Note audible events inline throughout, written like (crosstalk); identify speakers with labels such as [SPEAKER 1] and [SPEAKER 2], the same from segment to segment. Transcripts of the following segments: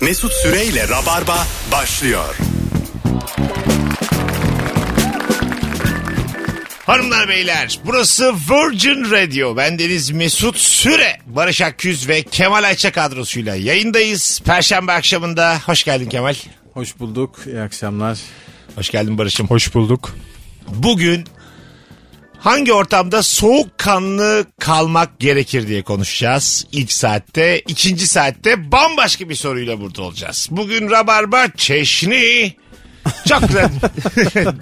[SPEAKER 1] Mesut Süreyle Rabarba başlıyor.
[SPEAKER 2] Hanımlar beyler burası Virgin Radio. Ben Deniz Mesut Süre, Barış Akküz ve Kemal Ayça kadrosuyla yayındayız. Perşembe akşamında hoş geldin Kemal.
[SPEAKER 3] Hoş bulduk. İyi akşamlar.
[SPEAKER 2] Hoş geldin Barış'ım.
[SPEAKER 3] Hoş bulduk.
[SPEAKER 2] Bugün hangi ortamda soğukkanlı kalmak gerekir diye konuşacağız ilk saatte. ikinci saatte bambaşka bir soruyla burada olacağız. Bugün Rabarba çeşni. Çok güzel.
[SPEAKER 3] (laughs)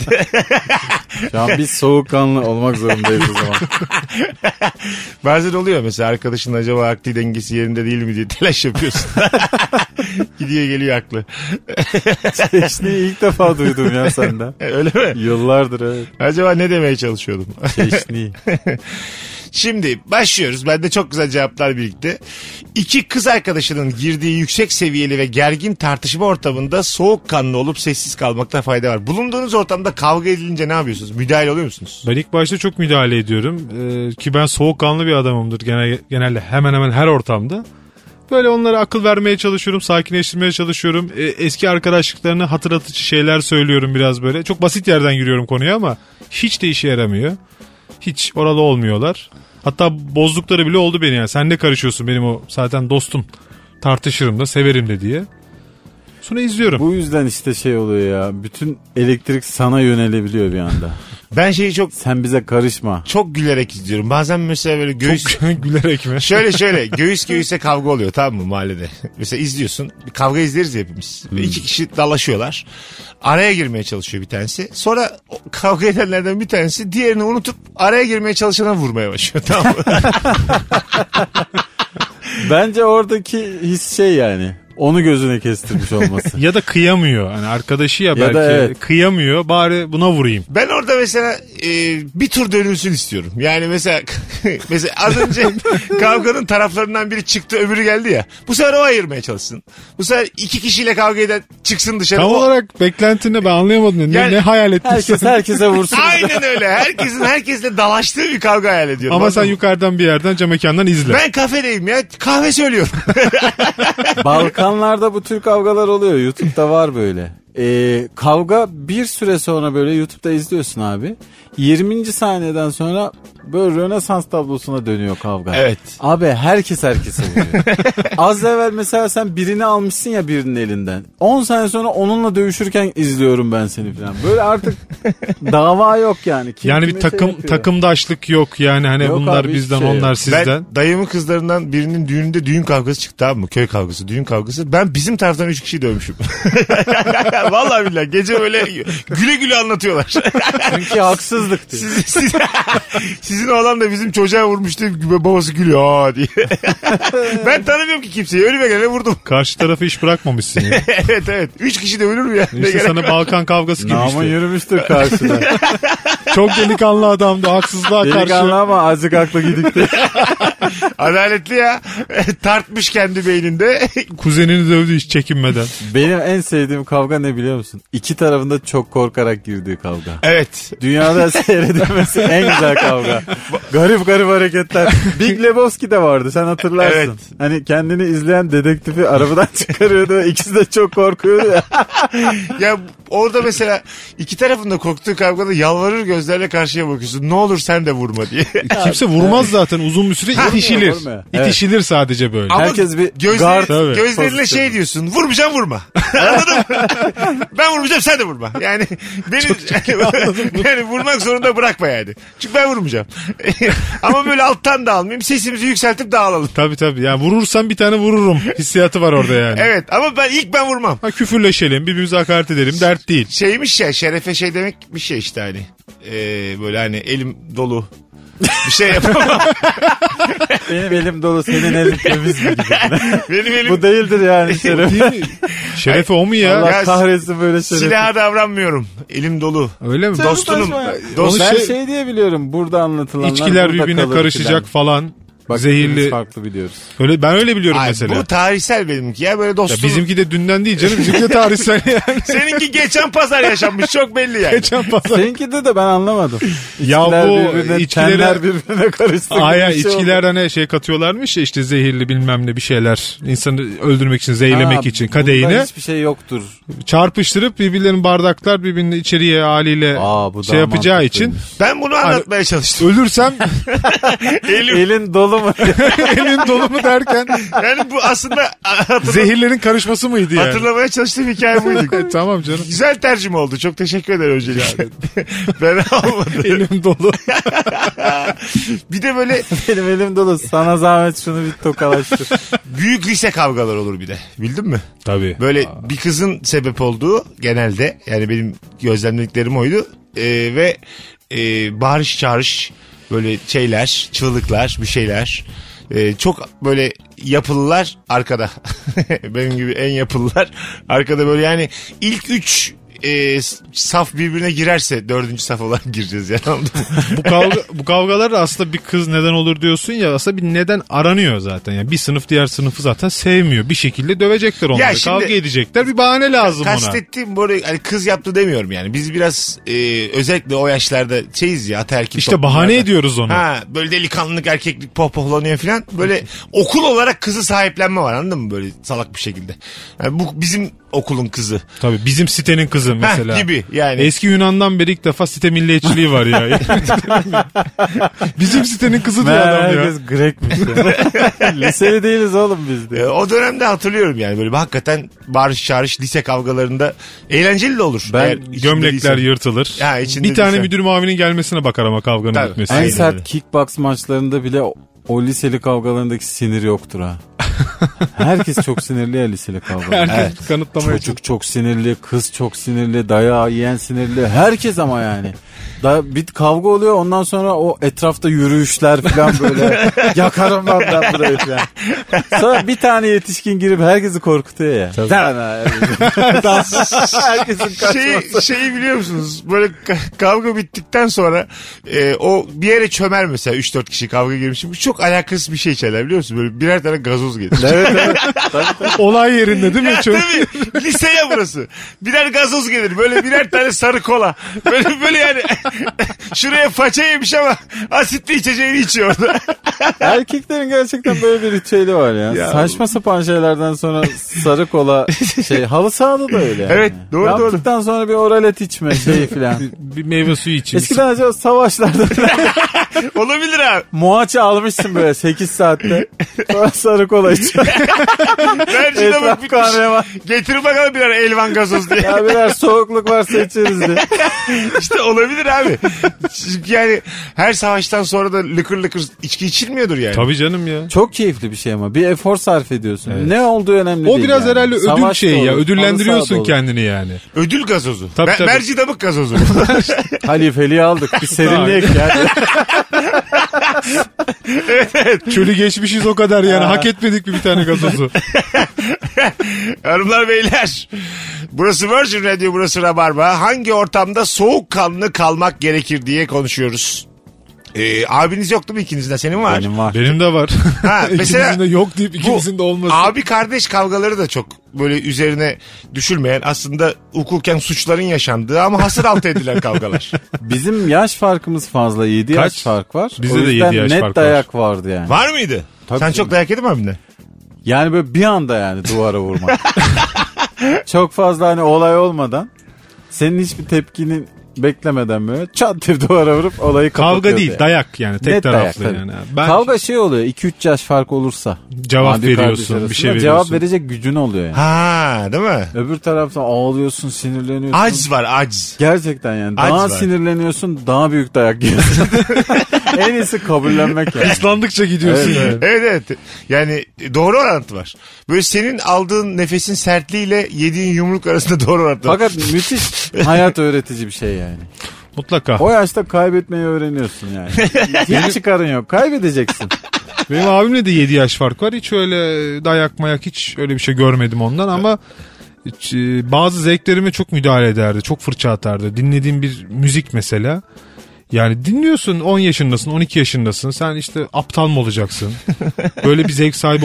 [SPEAKER 3] Şu an biz soğukkanlı olmak zorundayız o zaman.
[SPEAKER 2] Bazen oluyor mesela arkadaşın acaba akli dengesi yerinde değil mi diye telaş yapıyorsun. Gidiyor geliyor aklı.
[SPEAKER 3] Çeşni'yi ilk defa duydum ya senden.
[SPEAKER 2] Öyle mi?
[SPEAKER 3] Yıllardır evet.
[SPEAKER 2] Acaba ne demeye çalışıyordum? (laughs)
[SPEAKER 3] Çeşni.
[SPEAKER 2] Şimdi başlıyoruz. Bende çok güzel cevaplar birikti. İki kız arkadaşının girdiği yüksek seviyeli ve gergin tartışma ortamında soğukkanlı olup sessiz kalmakta fayda var. Bulunduğunuz ortamda kavga edilince ne yapıyorsunuz? Müdahil oluyor musunuz?
[SPEAKER 4] Ben ilk başta çok müdahale ediyorum. Ee, ki ben soğukkanlı bir adamımdır genel, genelde hemen hemen her ortamda. Böyle onlara akıl vermeye çalışıyorum, sakinleştirmeye çalışıyorum. Ee, eski arkadaşlıklarını hatırlatıcı şeyler söylüyorum biraz böyle. Çok basit yerden giriyorum konuya ama hiç de işe yaramıyor. Hiç orada olmuyorlar. Hatta bozdukları bile oldu beni yani. Sen ne karışıyorsun benim o zaten dostum. Tartışırım da severim de diye. Sonra izliyorum.
[SPEAKER 3] Bu yüzden işte şey oluyor ya. Bütün elektrik sana yönelebiliyor bir anda.
[SPEAKER 2] Ben şeyi çok
[SPEAKER 3] Sen bize karışma.
[SPEAKER 2] çok gülerek izliyorum. Bazen mesela böyle göğüs...
[SPEAKER 4] (laughs) Gülerek mi?
[SPEAKER 2] Şöyle şöyle göğüs göğüse kavga oluyor tamam mı mahallede? (laughs) Mesela izliyorsun bir kavga izleriz ya hepimiz.
[SPEAKER 4] Hmm.
[SPEAKER 2] Ve İki kişi dalaşıyorlar. Araya girmeye çalışıyor bir tanesi. Sonra o kavga edenlerden bir tanesi diğerini unutup araya girmeye çalışana vurmaya başlıyor tamam
[SPEAKER 4] (laughs)
[SPEAKER 2] mı?
[SPEAKER 3] Bence oradaki his şey yani. Onu gözüne kestirmiş olması.
[SPEAKER 4] Ya da kıyamıyor. Hani arkadaşı ya
[SPEAKER 3] da
[SPEAKER 4] belki
[SPEAKER 3] evet.
[SPEAKER 4] kıyamıyor. Bari buna vurayım.
[SPEAKER 2] ben orada mesela e, bir tur dönülsün istiyorum. Yani mesela (laughs) mesela az önce kavganın taraflarından biri çıktı öbürü geldi ya. Bu sefer o ayırmaya çalışsın. Bu sefer iki kişiyle kavga eden çıksın dışarı.
[SPEAKER 4] Tam
[SPEAKER 2] O-
[SPEAKER 4] olarak beklentini ben anlayamadım. Ne,
[SPEAKER 2] Yani-
[SPEAKER 4] ne hayal etmişsin?
[SPEAKER 3] Herkes herkese vursun.
[SPEAKER 2] Aynen öyle. Herkesin herkesle dalaştığı bir kavga hayal ediyorum.
[SPEAKER 4] Ama sen
[SPEAKER 2] Anladın mı?
[SPEAKER 4] yukarıdan bir yerden cam mekandan izle.
[SPEAKER 2] Ben kafedeyim ya. Kahve (laughs) söylüyorum.
[SPEAKER 3] Balkanlarda bu tür kavgalar oluyor. YouTube'da var böyle. Ee, kavga bir süre sonra böyle YouTube'da izliyorsun abi. 20. saniyeden sonra böyle Rönesans tablosuna dönüyor kavga.
[SPEAKER 2] Evet.
[SPEAKER 3] Abi herkes herkese
[SPEAKER 4] (laughs)
[SPEAKER 3] vuruyor. Az evvel mesela sen birini almışsın ya birinin elinden. 10 saniye sonra onunla dövüşürken izliyorum ben seni falan. Böyle
[SPEAKER 4] (laughs)
[SPEAKER 3] artık dava yok yani. Kim
[SPEAKER 4] yani
[SPEAKER 3] kime
[SPEAKER 4] bir
[SPEAKER 3] şey
[SPEAKER 4] takım
[SPEAKER 3] yapıyor?
[SPEAKER 4] takımdaşlık yok. Yani hani
[SPEAKER 3] Yok
[SPEAKER 4] bunlar
[SPEAKER 3] abi, hiçbir
[SPEAKER 4] bizden
[SPEAKER 3] şey yok.
[SPEAKER 4] onlar sizden.
[SPEAKER 2] Ben dayımın kızlarından birinin düğününde düğün kavgası çıktı abi mı? Köy kavgası, düğün kavgası. Ben bizim taraftan üç kişiyi dövmüşüm. (laughs) Vallahi billahi gece öyle güle güle anlatıyorlar.
[SPEAKER 3] Çünkü haksızlık
[SPEAKER 2] (laughs)
[SPEAKER 3] diyor.
[SPEAKER 2] Siz- siz- (laughs) sizin oğlan da bizim çocuğa vurmuş diye babası gülüyor "Aa" diye. (laughs) ben tanımıyorum ki kimseyi. Önüme gelene vurdum. (laughs)
[SPEAKER 4] Karşı tarafı
[SPEAKER 3] (laughs)
[SPEAKER 4] iş bırakmamışsın. ya.
[SPEAKER 2] evet evet. Üç kişi dövülür mü ya? Ne
[SPEAKER 4] İşte
[SPEAKER 2] gerek
[SPEAKER 4] sana Balkan kavgası gibi
[SPEAKER 3] Namı
[SPEAKER 4] işte.
[SPEAKER 3] yürümüştür
[SPEAKER 4] (laughs)
[SPEAKER 3] karşıda.
[SPEAKER 4] Çok delikanlı adamdı. Haksızlığa
[SPEAKER 3] Delikanlı
[SPEAKER 4] karşı.
[SPEAKER 3] ama azıcık aklı gidikti.
[SPEAKER 2] Adaletli ya. (laughs) Tartmış kendi beyninde.
[SPEAKER 4] Kuzenini dövdü hiç çekinmeden.
[SPEAKER 3] Benim en sevdiğim kavga ne biliyor musun? İki tarafında çok korkarak girdiği kavga.
[SPEAKER 2] evet.
[SPEAKER 3] Dünyada (laughs) seyredilmesi en güzel kavga. Garip garip hareketler. Big Lebowski de vardı sen hatırlarsın.
[SPEAKER 2] Evet.
[SPEAKER 3] Hani kendini izleyen dedektifi arabadan (laughs) çıkarıyordu ve ikisi de çok korkuyordu ya.
[SPEAKER 2] Ya orada mesela iki tarafında korktuğu kavgada yalvarır gözlerle karşıya bakıyorsun. Ne olur sen de vurma diye.
[SPEAKER 4] Kimse vurmaz zaten uzun bir süre itişilir.
[SPEAKER 3] vurmuyor. Evet.
[SPEAKER 4] İtişilir sadece böyle.
[SPEAKER 2] Ama
[SPEAKER 3] Herkes bir
[SPEAKER 2] gözleri,
[SPEAKER 3] guard
[SPEAKER 4] Tabii.
[SPEAKER 2] gözleriyle
[SPEAKER 3] pozisyonu.
[SPEAKER 2] şey diyorsun. Vurmayacağım vurma. Anladın mı? ben vurmayacağım sen de vurma. Yani beni (laughs) yani vurmak zorunda bırakma yani. Çünkü ben vurmayacağım. (laughs) Ama böyle alttan da almayayım. Sesimizi yükseltip dağılalım.
[SPEAKER 4] Tabii tabii. Yani vurursam bir tane vururum. Hissiyatı var orada yani.
[SPEAKER 2] Evet ama ben ilk ben vurmam.
[SPEAKER 4] Ha küfürleşelim, birbirimize hakaret edelim. Dert değil.
[SPEAKER 2] Şeymiş ya şerefe şey demek bir şey işte hani. Ee, böyle hani elim dolu. Bir şey yapamam.
[SPEAKER 3] Benim elim dolu senin elin temiz mi? gibi.
[SPEAKER 2] Benim elim
[SPEAKER 3] Bu değildir
[SPEAKER 4] (laughs)
[SPEAKER 3] yani şeref.
[SPEAKER 4] Şerefe o mu ya?
[SPEAKER 3] Allah
[SPEAKER 2] Ya,
[SPEAKER 3] kahretsin böyle şeref.
[SPEAKER 2] Silaha davranmıyorum. Elim dolu.
[SPEAKER 4] Öyle mi?
[SPEAKER 2] Dostunum.
[SPEAKER 3] saçma ya.
[SPEAKER 2] Dost,
[SPEAKER 4] Onu
[SPEAKER 3] Ben
[SPEAKER 4] şey-
[SPEAKER 3] şey diye biliyorum burada anlatılanlar
[SPEAKER 4] İçkiler
[SPEAKER 3] burada
[SPEAKER 4] birbirine
[SPEAKER 3] kalır
[SPEAKER 4] karışacak
[SPEAKER 3] filan.
[SPEAKER 4] falan.
[SPEAKER 3] Bak
[SPEAKER 4] Zehirli-
[SPEAKER 3] biz farklı biliyoruz.
[SPEAKER 4] Öyle ben öyle biliyorum
[SPEAKER 2] Ay,
[SPEAKER 4] mesela.
[SPEAKER 2] bu tarihsel benimki ya böyle
[SPEAKER 4] Ya
[SPEAKER 2] dostum.
[SPEAKER 4] bizimki de dünden değil canım. Bizimki de tarihsel (laughs) yani.
[SPEAKER 2] Seninki geçen pazar yaşanmış çok belli yani.
[SPEAKER 4] Geçen pazar.
[SPEAKER 3] Seninki de de ben anlamadım.
[SPEAKER 4] Ya
[SPEAKER 3] (laughs) İçkiler
[SPEAKER 4] bu
[SPEAKER 3] birbirine,
[SPEAKER 4] içkileri-
[SPEAKER 3] tenler birbirine karıştı. gibi
[SPEAKER 4] Aya
[SPEAKER 3] bir şey oldu.
[SPEAKER 4] içkiler hani şey katıyorlarmış ya işte zehirli bilmem ne bir şeyler. İnsanı öldürmek için,
[SPEAKER 3] Ha,
[SPEAKER 4] zehirlemek için
[SPEAKER 3] bunda
[SPEAKER 4] kadehine
[SPEAKER 3] hiçbir şey yoktur.
[SPEAKER 4] çarpıştırıp birbirlerinin bardaklar birbirinin içeriye haliyle
[SPEAKER 3] Aa, bu
[SPEAKER 4] şey
[SPEAKER 3] daha
[SPEAKER 4] yapacağı için
[SPEAKER 3] mantıklıymış.
[SPEAKER 2] Ben bunu anlatmaya çalıştım.
[SPEAKER 4] ölürsem
[SPEAKER 2] (laughs)
[SPEAKER 4] (laughs)
[SPEAKER 2] Elim.
[SPEAKER 3] Elin dolu mu? (laughs)
[SPEAKER 4] elim dolu mu derken
[SPEAKER 2] Yani bu (laughs) aslında hatırla-
[SPEAKER 4] zehirlerin karışması mıydı yani? E,
[SPEAKER 2] hatırlamaya çalıştığım hikaye (laughs) buydu.
[SPEAKER 4] tamam canım.
[SPEAKER 2] Güzel tercüme oldu. Çok teşekkür ederim öncelikle. (laughs) ben olmadı.
[SPEAKER 4] Elim dolu.
[SPEAKER 2] Bir de böyle
[SPEAKER 3] Benim elim dolu. Sana zahmet şunu bir tokalaştır.
[SPEAKER 4] (laughs)
[SPEAKER 2] büyük lise kavgalar olur bir de. Bildin mi?
[SPEAKER 4] Tabii.
[SPEAKER 2] Böyle bir kızın sebep olduğu genelde yani benim gözlemlediklerim oydu. Ee, ve e, bağırış çağırış böyle şeyler, çığlıklar, bir şeyler. Ee, çok böyle yapılılar arkada. (laughs) benim gibi en yapılılar arkada böyle yani ilk üç e, saf birbirine girerse dördüncü saf olarak (laughs) gireceğiz yani. anladın mı?
[SPEAKER 4] bu kavga bu kavgalar aslında bir kız neden olur diyorsun ya aslında bir neden aranıyor zaten. Yani bir sınıf diğer sınıfı zaten sevmiyor. Bir şekilde dövecekler onları.
[SPEAKER 2] şimdi-
[SPEAKER 4] Kavga edecekler. Bir bahane lazım ona.
[SPEAKER 2] Kastettiğim böyle hani kız yaptı demiyorum yani. Biz biraz e, özellikle o yaşlarda şeyiz ya ataerkil
[SPEAKER 4] İşte
[SPEAKER 2] toplumlarda.
[SPEAKER 4] bahane ediyoruz onu.
[SPEAKER 2] Ha böyle delikanlılık erkeklik pohpohlanıyor falan. Böyle okul olarak kızı sahiplenme var anladın mı böyle salak bir şekilde. Yani bu bizim okulun kızı.
[SPEAKER 4] Tabii bizim sitenin kızı mesela.
[SPEAKER 2] gibi yani.
[SPEAKER 4] Eski Yunan'dan beri ilk defa site milliyetçiliği var ya.
[SPEAKER 2] (laughs)
[SPEAKER 4] bizim sitenin kızı diyor
[SPEAKER 3] Meğer
[SPEAKER 4] adam ya.
[SPEAKER 3] herkes Grekmiş
[SPEAKER 4] (laughs)
[SPEAKER 3] ya. Liseli değiliz oğlum biz
[SPEAKER 2] E,
[SPEAKER 3] de.
[SPEAKER 2] o dönemde hatırlıyorum yani böyle hakikaten bağırış çağırış lise kavgalarında eğlenceli de olur.
[SPEAKER 3] Ben
[SPEAKER 2] Eğer içinde
[SPEAKER 4] Gömlekler
[SPEAKER 2] değilse.
[SPEAKER 4] yırtılır.
[SPEAKER 2] Ya, içinde
[SPEAKER 4] bir tane
[SPEAKER 2] değilse.
[SPEAKER 4] müdür mavinin gelmesine bakar ama kavganın
[SPEAKER 2] Tabii.
[SPEAKER 4] bitmesi.
[SPEAKER 3] En
[SPEAKER 2] Aynen
[SPEAKER 3] sert kickbox maçlarında bile o- o liseli kavgalarındaki sinir yoktur
[SPEAKER 4] (laughs)
[SPEAKER 3] ha. Herkes çok sinirli ya liseli kavgalarında.
[SPEAKER 4] Herkes
[SPEAKER 3] Evet.
[SPEAKER 4] kanıtlamaya çalışıyor.
[SPEAKER 3] Çocuk çok sinirli, kız çok sinirli, dayağı yiyen sinirli. Herkes ama yani. Da bir kavga oluyor ondan sonra o etrafta yürüyüşler falan
[SPEAKER 2] (laughs)
[SPEAKER 3] böyle. Yakarım lan ben burayı falan. Sonra bir tane yetişkin girip herkesi korkutuyor ya. Dana. Herkesin kaçması.
[SPEAKER 2] Şey, şeyi biliyor musunuz? Böyle ka- kavga bittikten sonra e, o bir yere çömer mesela 3-4 kişi kavga girmiş. Bu çok alakasız bir şey içerler biliyor musun? Böyle birer tane gazoz gelir.
[SPEAKER 3] Evet evet.
[SPEAKER 4] Olay yerinde değil mi?
[SPEAKER 2] Ya
[SPEAKER 4] Çok-
[SPEAKER 2] (laughs) tabii liseye burası. Birer gazoz gelir. Böyle birer tane sarı kola. Böyle böyle yani (laughs) şuraya faça yemiş ama asitli içeceğini içiyor orada.
[SPEAKER 3] Erkeklerin gerçekten böyle bir ritüeli var ya. Saçma sapan şeylerden sonra sarı kola şey halı sahada da öyle. Yani.
[SPEAKER 2] Evet, doğru, doğru.
[SPEAKER 3] Yaptıktan sonra bir oralet içme şeyi
[SPEAKER 2] (laughs)
[SPEAKER 3] filan.
[SPEAKER 4] bir meyve suyu için.
[SPEAKER 3] Eskiden acaba savaşlarda
[SPEAKER 2] Olabilir abi.
[SPEAKER 3] Muaçı almışsın böyle 8 saatte. Sonra sarı (laughs) kola içiyorsun.
[SPEAKER 2] Mercine bak
[SPEAKER 3] Etraf
[SPEAKER 2] bitmiş.
[SPEAKER 3] kahraman.
[SPEAKER 2] Getir bakalım birer elvan gazoz
[SPEAKER 4] (laughs)
[SPEAKER 2] diye.
[SPEAKER 3] Ya birer soğukluk varsa içeriz diye.
[SPEAKER 2] işte olabilir abi. Çünkü yani her savaştan sonra da lıkır lıkır içki içilmiyordur yani.
[SPEAKER 4] Tabii canım
[SPEAKER 3] (laughs)
[SPEAKER 4] ya.
[SPEAKER 3] Çok keyifli bir şey ama. Bir efor sarf ediyorsun. Ne olduğu önemli
[SPEAKER 4] O
[SPEAKER 3] değil.
[SPEAKER 4] biraz
[SPEAKER 3] yani.
[SPEAKER 4] herhalde ödül
[SPEAKER 3] Savaş da
[SPEAKER 4] şeyi ya.
[SPEAKER 3] olur, halı saha da
[SPEAKER 4] Ödüllendiriyorsun
[SPEAKER 3] olur.
[SPEAKER 4] kendini yani.
[SPEAKER 2] Ödül gazozu.
[SPEAKER 4] Tabii,
[SPEAKER 2] Mer-
[SPEAKER 4] tabii.
[SPEAKER 2] Mercidabık gazozu.
[SPEAKER 4] (laughs)
[SPEAKER 3] Halifeliği aldık. Bir serinlik ya.
[SPEAKER 4] Çölü geçmişiz o kadar yani. Hak etmedik mi bir tane
[SPEAKER 3] (laughs)
[SPEAKER 4] gazozu?
[SPEAKER 2] Hanımlar beyler. Burası Virgin Radio burası Rabarba. Hangi ortamda soğukkanlı kalmak gerekir diye konuşuyoruz. Ee, abiniz yoktu mu ikinizde senin var.
[SPEAKER 3] Benim var.
[SPEAKER 4] Benim de var. (laughs)
[SPEAKER 2] Ha, mesela-
[SPEAKER 4] ikimizin de yok deyip ikimizin de olması.
[SPEAKER 2] Abi kardeş kavgaları da çok böyle üzerine düşülmeyen aslında hukuken suçların yaşandığı ama hasır altı
[SPEAKER 3] (laughs)
[SPEAKER 2] edilen kavgalar.
[SPEAKER 3] Bizim yaş farkımız fazla. 7
[SPEAKER 4] Kaç?
[SPEAKER 3] yaş fark var.
[SPEAKER 4] Bizde
[SPEAKER 3] O
[SPEAKER 4] de yedi
[SPEAKER 3] yüzden
[SPEAKER 4] yaş
[SPEAKER 3] net
[SPEAKER 4] fark var.
[SPEAKER 3] dayak vardı yani.
[SPEAKER 2] Var mıydı?
[SPEAKER 3] Tabii
[SPEAKER 2] Sen
[SPEAKER 3] canım.
[SPEAKER 2] çok dayak yedin mi abimden?
[SPEAKER 3] Yani böyle bir anda yani duvara vurmak.
[SPEAKER 4] (laughs)
[SPEAKER 3] Çok fazla hani olay olmadan senin hiçbir tepkini beklemeden böyle çat diye duvara vurup olayı kapatıyordu.
[SPEAKER 4] Kavga değil
[SPEAKER 3] yani.
[SPEAKER 4] dayak yani. Tek
[SPEAKER 3] Net
[SPEAKER 4] taraflı
[SPEAKER 3] dayak
[SPEAKER 4] yani.
[SPEAKER 3] tabii.
[SPEAKER 4] Ben
[SPEAKER 3] Kavga şey oluyor 2-3 yaş fark olursa.
[SPEAKER 4] Cevap
[SPEAKER 3] Abi kardeş
[SPEAKER 4] veriyorsun, bir
[SPEAKER 3] arasında
[SPEAKER 4] şey veriyorsun.
[SPEAKER 3] Cevap verecek gücün oluyor yani.
[SPEAKER 2] Ha değil mi?
[SPEAKER 3] Öbür taraftan ağlıyorsun sinirleniyorsun.
[SPEAKER 2] Acz var acz.
[SPEAKER 3] Gerçekten yani
[SPEAKER 2] Acz
[SPEAKER 3] daha
[SPEAKER 2] var.
[SPEAKER 3] sinirleniyorsun daha büyük dayak
[SPEAKER 4] (laughs)
[SPEAKER 3] yiyorsun. en iyisi kabullenmek yani.
[SPEAKER 4] ıslandıkça gidiyorsun.
[SPEAKER 3] Evet,
[SPEAKER 4] yani.
[SPEAKER 2] Evet evet. Yani doğru orantı var. Böyle senin aldığın nefesin sertliğiyle yediğin yumruk arasında doğru orantı var.
[SPEAKER 3] Fakat müthiş hayat öğretici bir şey yani.
[SPEAKER 4] Mutlaka.
[SPEAKER 3] O yaşta kaybetmeyi öğreniyorsun yani. Hiç çıkarın yok. Kaybedeceksin.
[SPEAKER 4] Benim abimle de 7 yaş fark var. Hiç öyle dayak mayak hiç öyle bir şey görmedim ondan ama hiç, e, bazı zevklerime çok müdahale ederdi. Çok fırça atardı. Dinlediğim bir müzik mesela. Yani dinliyorsun 10 yaşındasın 12 yaşındasın sen işte aptal
[SPEAKER 3] (laughs)
[SPEAKER 4] mı olacaksın? Böyle bir zevk sahibi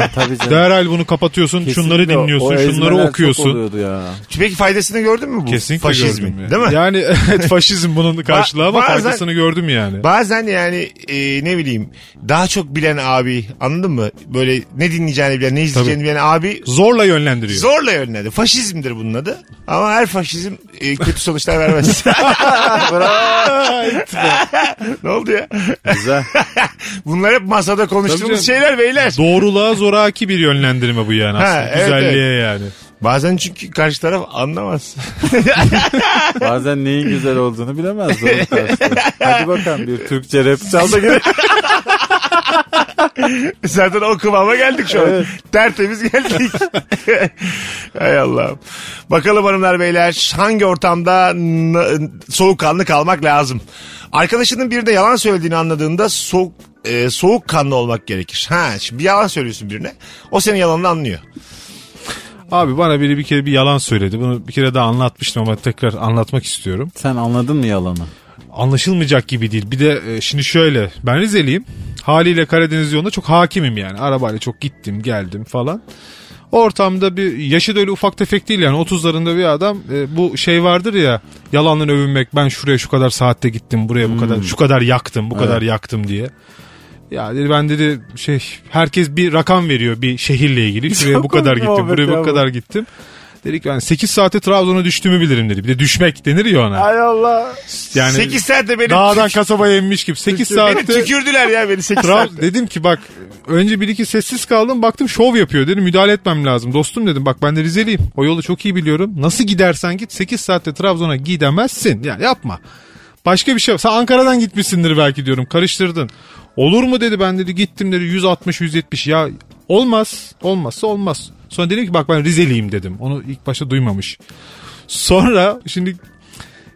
[SPEAKER 3] (laughs) Ya tabii canım.
[SPEAKER 4] Derhal bunu kapatıyorsun şunları
[SPEAKER 3] Kesinlikle o-
[SPEAKER 4] dinliyorsun
[SPEAKER 3] o
[SPEAKER 4] şunları
[SPEAKER 3] ezmeler çok
[SPEAKER 4] okuyorsun.
[SPEAKER 3] oluyordu ya.
[SPEAKER 2] Peki faydasını gördün mü bu?
[SPEAKER 4] Kesinlikle
[SPEAKER 2] Faşizmin,
[SPEAKER 4] gördüm. ya.
[SPEAKER 2] Değil mi?
[SPEAKER 4] Yani (laughs) evet faşizm bunun karşılığı ama
[SPEAKER 2] bazen-
[SPEAKER 4] faydasını gördüm yani.
[SPEAKER 2] Bazen yani e, ne bileyim daha çok bilen abi anladın mı? Böyle ne dinleyeceğini bilen ne izleyeceğini bilen abi
[SPEAKER 4] Zorla yönlendiriyor.
[SPEAKER 2] zorla yönlendi. Faşizmdir bunun adı. Ama her faşizm e, kötü sonuçlar
[SPEAKER 4] (laughs)
[SPEAKER 2] vermez. (laughs) ne oldu ya?
[SPEAKER 3] Güzel.
[SPEAKER 2] Bunlar hep masada konuştuğumuz
[SPEAKER 4] Tabii canım.
[SPEAKER 2] şeyler beyler.
[SPEAKER 4] Doğruluğa zoraki bir yönlendirme bu yani
[SPEAKER 2] Ha,
[SPEAKER 4] aslında.
[SPEAKER 2] evet,
[SPEAKER 4] Güzelliğe yani.
[SPEAKER 2] Bazen çünkü karşı taraf anlamaz.
[SPEAKER 3] Bazen neyin güzel olduğunu bilemez. doğru karşısında. Hadi bakalım bir Türkçe rap çal da gel.
[SPEAKER 2] (laughs) Zaten o kıvama geldik şu an.
[SPEAKER 3] Evet.
[SPEAKER 2] Tertemiz
[SPEAKER 4] (laughs)
[SPEAKER 2] geldik. Hay Allah'ım. Bakalım hanımlar beyler hangi ortamda n- soğukkanlı kalmak lazım? Arkadaşının birine yalan söylediğini anladığında soğuk e, soğukkanlı olmak gerekir. Ha, şimdi bir yalan söylüyorsun birine. O senin yalanını anlıyor.
[SPEAKER 4] Abi bana biri bir kere bir yalan söyledi. Bunu bir kere daha anlatmıştım ama tekrar anlatmak istiyorum.
[SPEAKER 3] (laughs) Sen anladın mı yalanı?
[SPEAKER 4] anlaşılmayacak gibi değil. Bir de e, şimdi şöyle ben Rizeliyim. Haliyle Karadeniz yolunda çok hakimim yani. Arabayla çok gittim geldim falan. Ortamda bir yaşı da öyle ufak tefek değil yani 30'larında bir adam e, bu şey vardır ya yalanla övünmek ben şuraya şu kadar saatte gittim buraya bu
[SPEAKER 3] Hmm.
[SPEAKER 4] kadar şu kadar yaktım bu kadar yaktım diye. Ya dedi ben dedi şey herkes bir rakam veriyor bir
[SPEAKER 3] (laughs)
[SPEAKER 4] şehirle ilgili şuraya
[SPEAKER 3] Çok
[SPEAKER 4] bu kadar
[SPEAKER 3] komik
[SPEAKER 4] gittim
[SPEAKER 3] muhabbet
[SPEAKER 4] buraya
[SPEAKER 3] ya bu.
[SPEAKER 4] bu kadar gittim. Dedik yani 8 saate Trabzon'a düştüğümü bilirim dedi. Bir de düşmek denir ya ona.
[SPEAKER 3] Hay Allah.
[SPEAKER 4] Yani
[SPEAKER 2] 8 saatte beni,
[SPEAKER 4] Dağdan kasabaya inmiş gibi. 8
[SPEAKER 2] beni
[SPEAKER 4] saatte
[SPEAKER 2] tükürdüler ya beni 8
[SPEAKER 4] Trab-
[SPEAKER 2] saatte.
[SPEAKER 4] dedim ki bak önce bir iki sessiz kaldım baktım şov yapıyor dedim müdahale etmem lazım. Dostum dedim bak ben de Rizeliyim o yolu çok iyi biliyorum. Nasıl gidersen git 8 saatte Trabzon'a gidemezsin ya yapma. Başka bir şey sen Ankara'dan gitmişsindir belki diyorum karıştırdın. Olur mu dedi ben dedi gittim dedi 160 170 ya olmaz olmazsa olmaz. Sonra dedim ki bak ben Rizeliyim dedim onu ilk başta duymamış. Sonra şimdi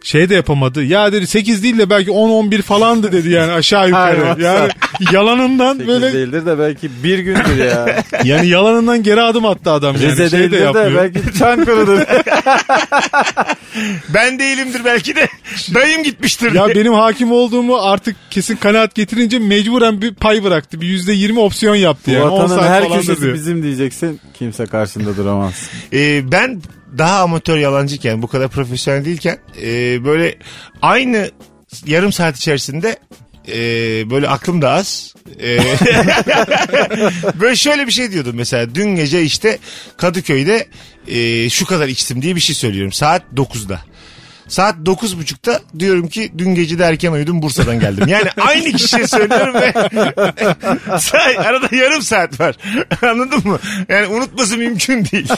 [SPEAKER 4] şey de yapamadı. Ya dedi 8 değil de belki 10-11 falandı dedi yani aşağı yukarı.
[SPEAKER 3] Aynen.
[SPEAKER 4] yani yalanından
[SPEAKER 3] 8
[SPEAKER 4] böyle
[SPEAKER 3] değildir de belki bir gündür ya.
[SPEAKER 4] yani yalanından geri adım attı adam. Yani
[SPEAKER 3] Rize
[SPEAKER 4] şey de
[SPEAKER 3] değildir de
[SPEAKER 4] yapmıyor. (laughs)
[SPEAKER 3] belki Çankırı'dır.
[SPEAKER 2] Ben değilimdir belki de. Dayım gitmiştir.
[SPEAKER 4] Ya
[SPEAKER 2] diye.
[SPEAKER 4] benim hakim olduğumu artık kesin kanaat getirince mecburen bir pay bıraktı. Bir yüzde yirmi opsiyon
[SPEAKER 3] Bu
[SPEAKER 4] yaptı yani. 10
[SPEAKER 3] vatanın
[SPEAKER 4] saat
[SPEAKER 3] her
[SPEAKER 4] falan
[SPEAKER 3] köşesi
[SPEAKER 4] diyor.
[SPEAKER 3] bizim diyeceksin. Kimse karşında duramaz.
[SPEAKER 2] Ee, ben daha amatör yalancıyken bu kadar profesyonel değilken e, böyle aynı yarım saat içerisinde e, böyle aklım da az. E, (laughs) böyle şöyle bir şey diyordum mesela dün gece işte Kadıköy'de e, şu kadar içtim diye bir şey söylüyorum saat 9'da. Saat 9.30'da diyorum ki dün gece de erken uyudum Bursa'dan geldim. Yani aynı kişiye söylüyorum ve (laughs) say- arada yarım saat var. (laughs) Anladın mı? Yani unutması mümkün değil.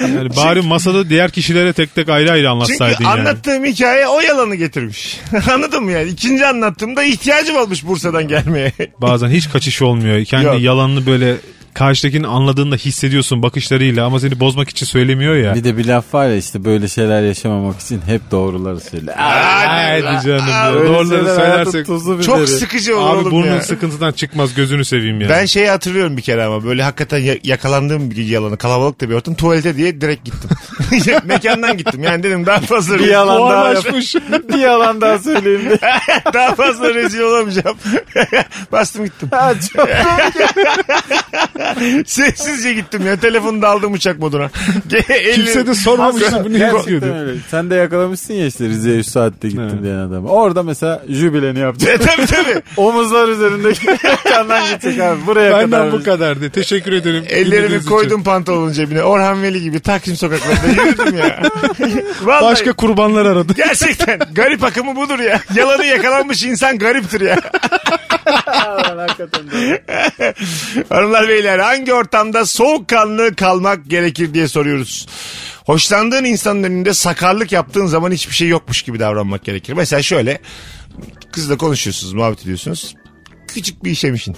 [SPEAKER 4] Yani bari masada diğer kişilere tek tek ayrı ayrı anlatsaydın
[SPEAKER 2] Çünkü
[SPEAKER 4] yani.
[SPEAKER 2] anlattığım hikaye o yalanı getirmiş. (laughs) Anladın mı yani? İkinci anlattığımda ihtiyacım olmuş Bursa'dan gelmeye.
[SPEAKER 4] Bazen hiç kaçış olmuyor. Kendi
[SPEAKER 2] Yok.
[SPEAKER 4] yalanını böyle karşıdakinin anladığında hissediyorsun bakışlarıyla ama seni bozmak için söylemiyor ya.
[SPEAKER 3] Bir de bir laf var ya işte böyle şeyler yaşamamak için hep doğruları söyle.
[SPEAKER 4] (laughs) Haydi canım. ya.
[SPEAKER 3] Öyle
[SPEAKER 4] Doğruları
[SPEAKER 3] şeyler hayatın
[SPEAKER 4] söylersek
[SPEAKER 3] tuzlu biberi.
[SPEAKER 2] Çok sıkıcı olur
[SPEAKER 4] Abi
[SPEAKER 2] oğlum
[SPEAKER 4] burnun
[SPEAKER 2] ya.
[SPEAKER 4] sıkıntıdan çıkmaz gözünü seveyim ya.
[SPEAKER 2] Ben şeyi hatırlıyorum bir kere ama böyle hakikaten ya- yakalandığım bir yalanı kalabalık da bir ortam tuvalete diye direkt gittim. (laughs) Mekandan gittim yani dedim daha fazla
[SPEAKER 3] Bir yalan daha yap-
[SPEAKER 4] Buharlaşmış.
[SPEAKER 3] (laughs) bir yalan daha söyleyeyim diye.
[SPEAKER 2] (laughs) daha fazla rezil olamayacağım. (laughs) Bastım gittim.
[SPEAKER 3] Ha, çok-
[SPEAKER 2] (laughs) Sessizce gittim ya telefonu da aldım uçak moduna. Elli-
[SPEAKER 4] Kimse de sormamıştı bu ne
[SPEAKER 3] Gerçekten
[SPEAKER 4] yapıyordu.
[SPEAKER 3] öyle. Sen de yakalamışsın ya işte Rize'ye 3 saatte gittim
[SPEAKER 4] Evet.
[SPEAKER 3] diyen adamı. Orada mesela jübileni
[SPEAKER 4] (laughs)
[SPEAKER 3] yapacak.
[SPEAKER 2] E, (laughs) tabii tabii.
[SPEAKER 3] Omuzlar üzerindeki mekandan gidecek abi. Buraya
[SPEAKER 4] Benden
[SPEAKER 3] kadar.
[SPEAKER 4] bu kadardı. Teşekkür ederim.
[SPEAKER 2] Ellerimi
[SPEAKER 4] Dinlediğiniz
[SPEAKER 2] koydum pantolonun cebine. Orhan Veli gibi Taksim sokaklarında yürüdüm
[SPEAKER 4] (laughs)
[SPEAKER 2] ya.
[SPEAKER 4] için.
[SPEAKER 2] Vallahi
[SPEAKER 4] Başka kurbanlar aradı. (laughs)
[SPEAKER 2] gerçekten garip akımı budur ya. Yalanı yakalanmış insan gariptir ya. (laughs) Hanımlar beyler hangi ortamda soğukkanlı kalmak gerekir diye soruyoruz. Hoşlandığın insanın önünde sakarlık yaptığın zaman hiçbir şey yokmuş gibi davranmak gerekir. Mesela şöyle kızla konuşuyorsunuz muhabbet ediyorsunuz. küçük bir işemişin.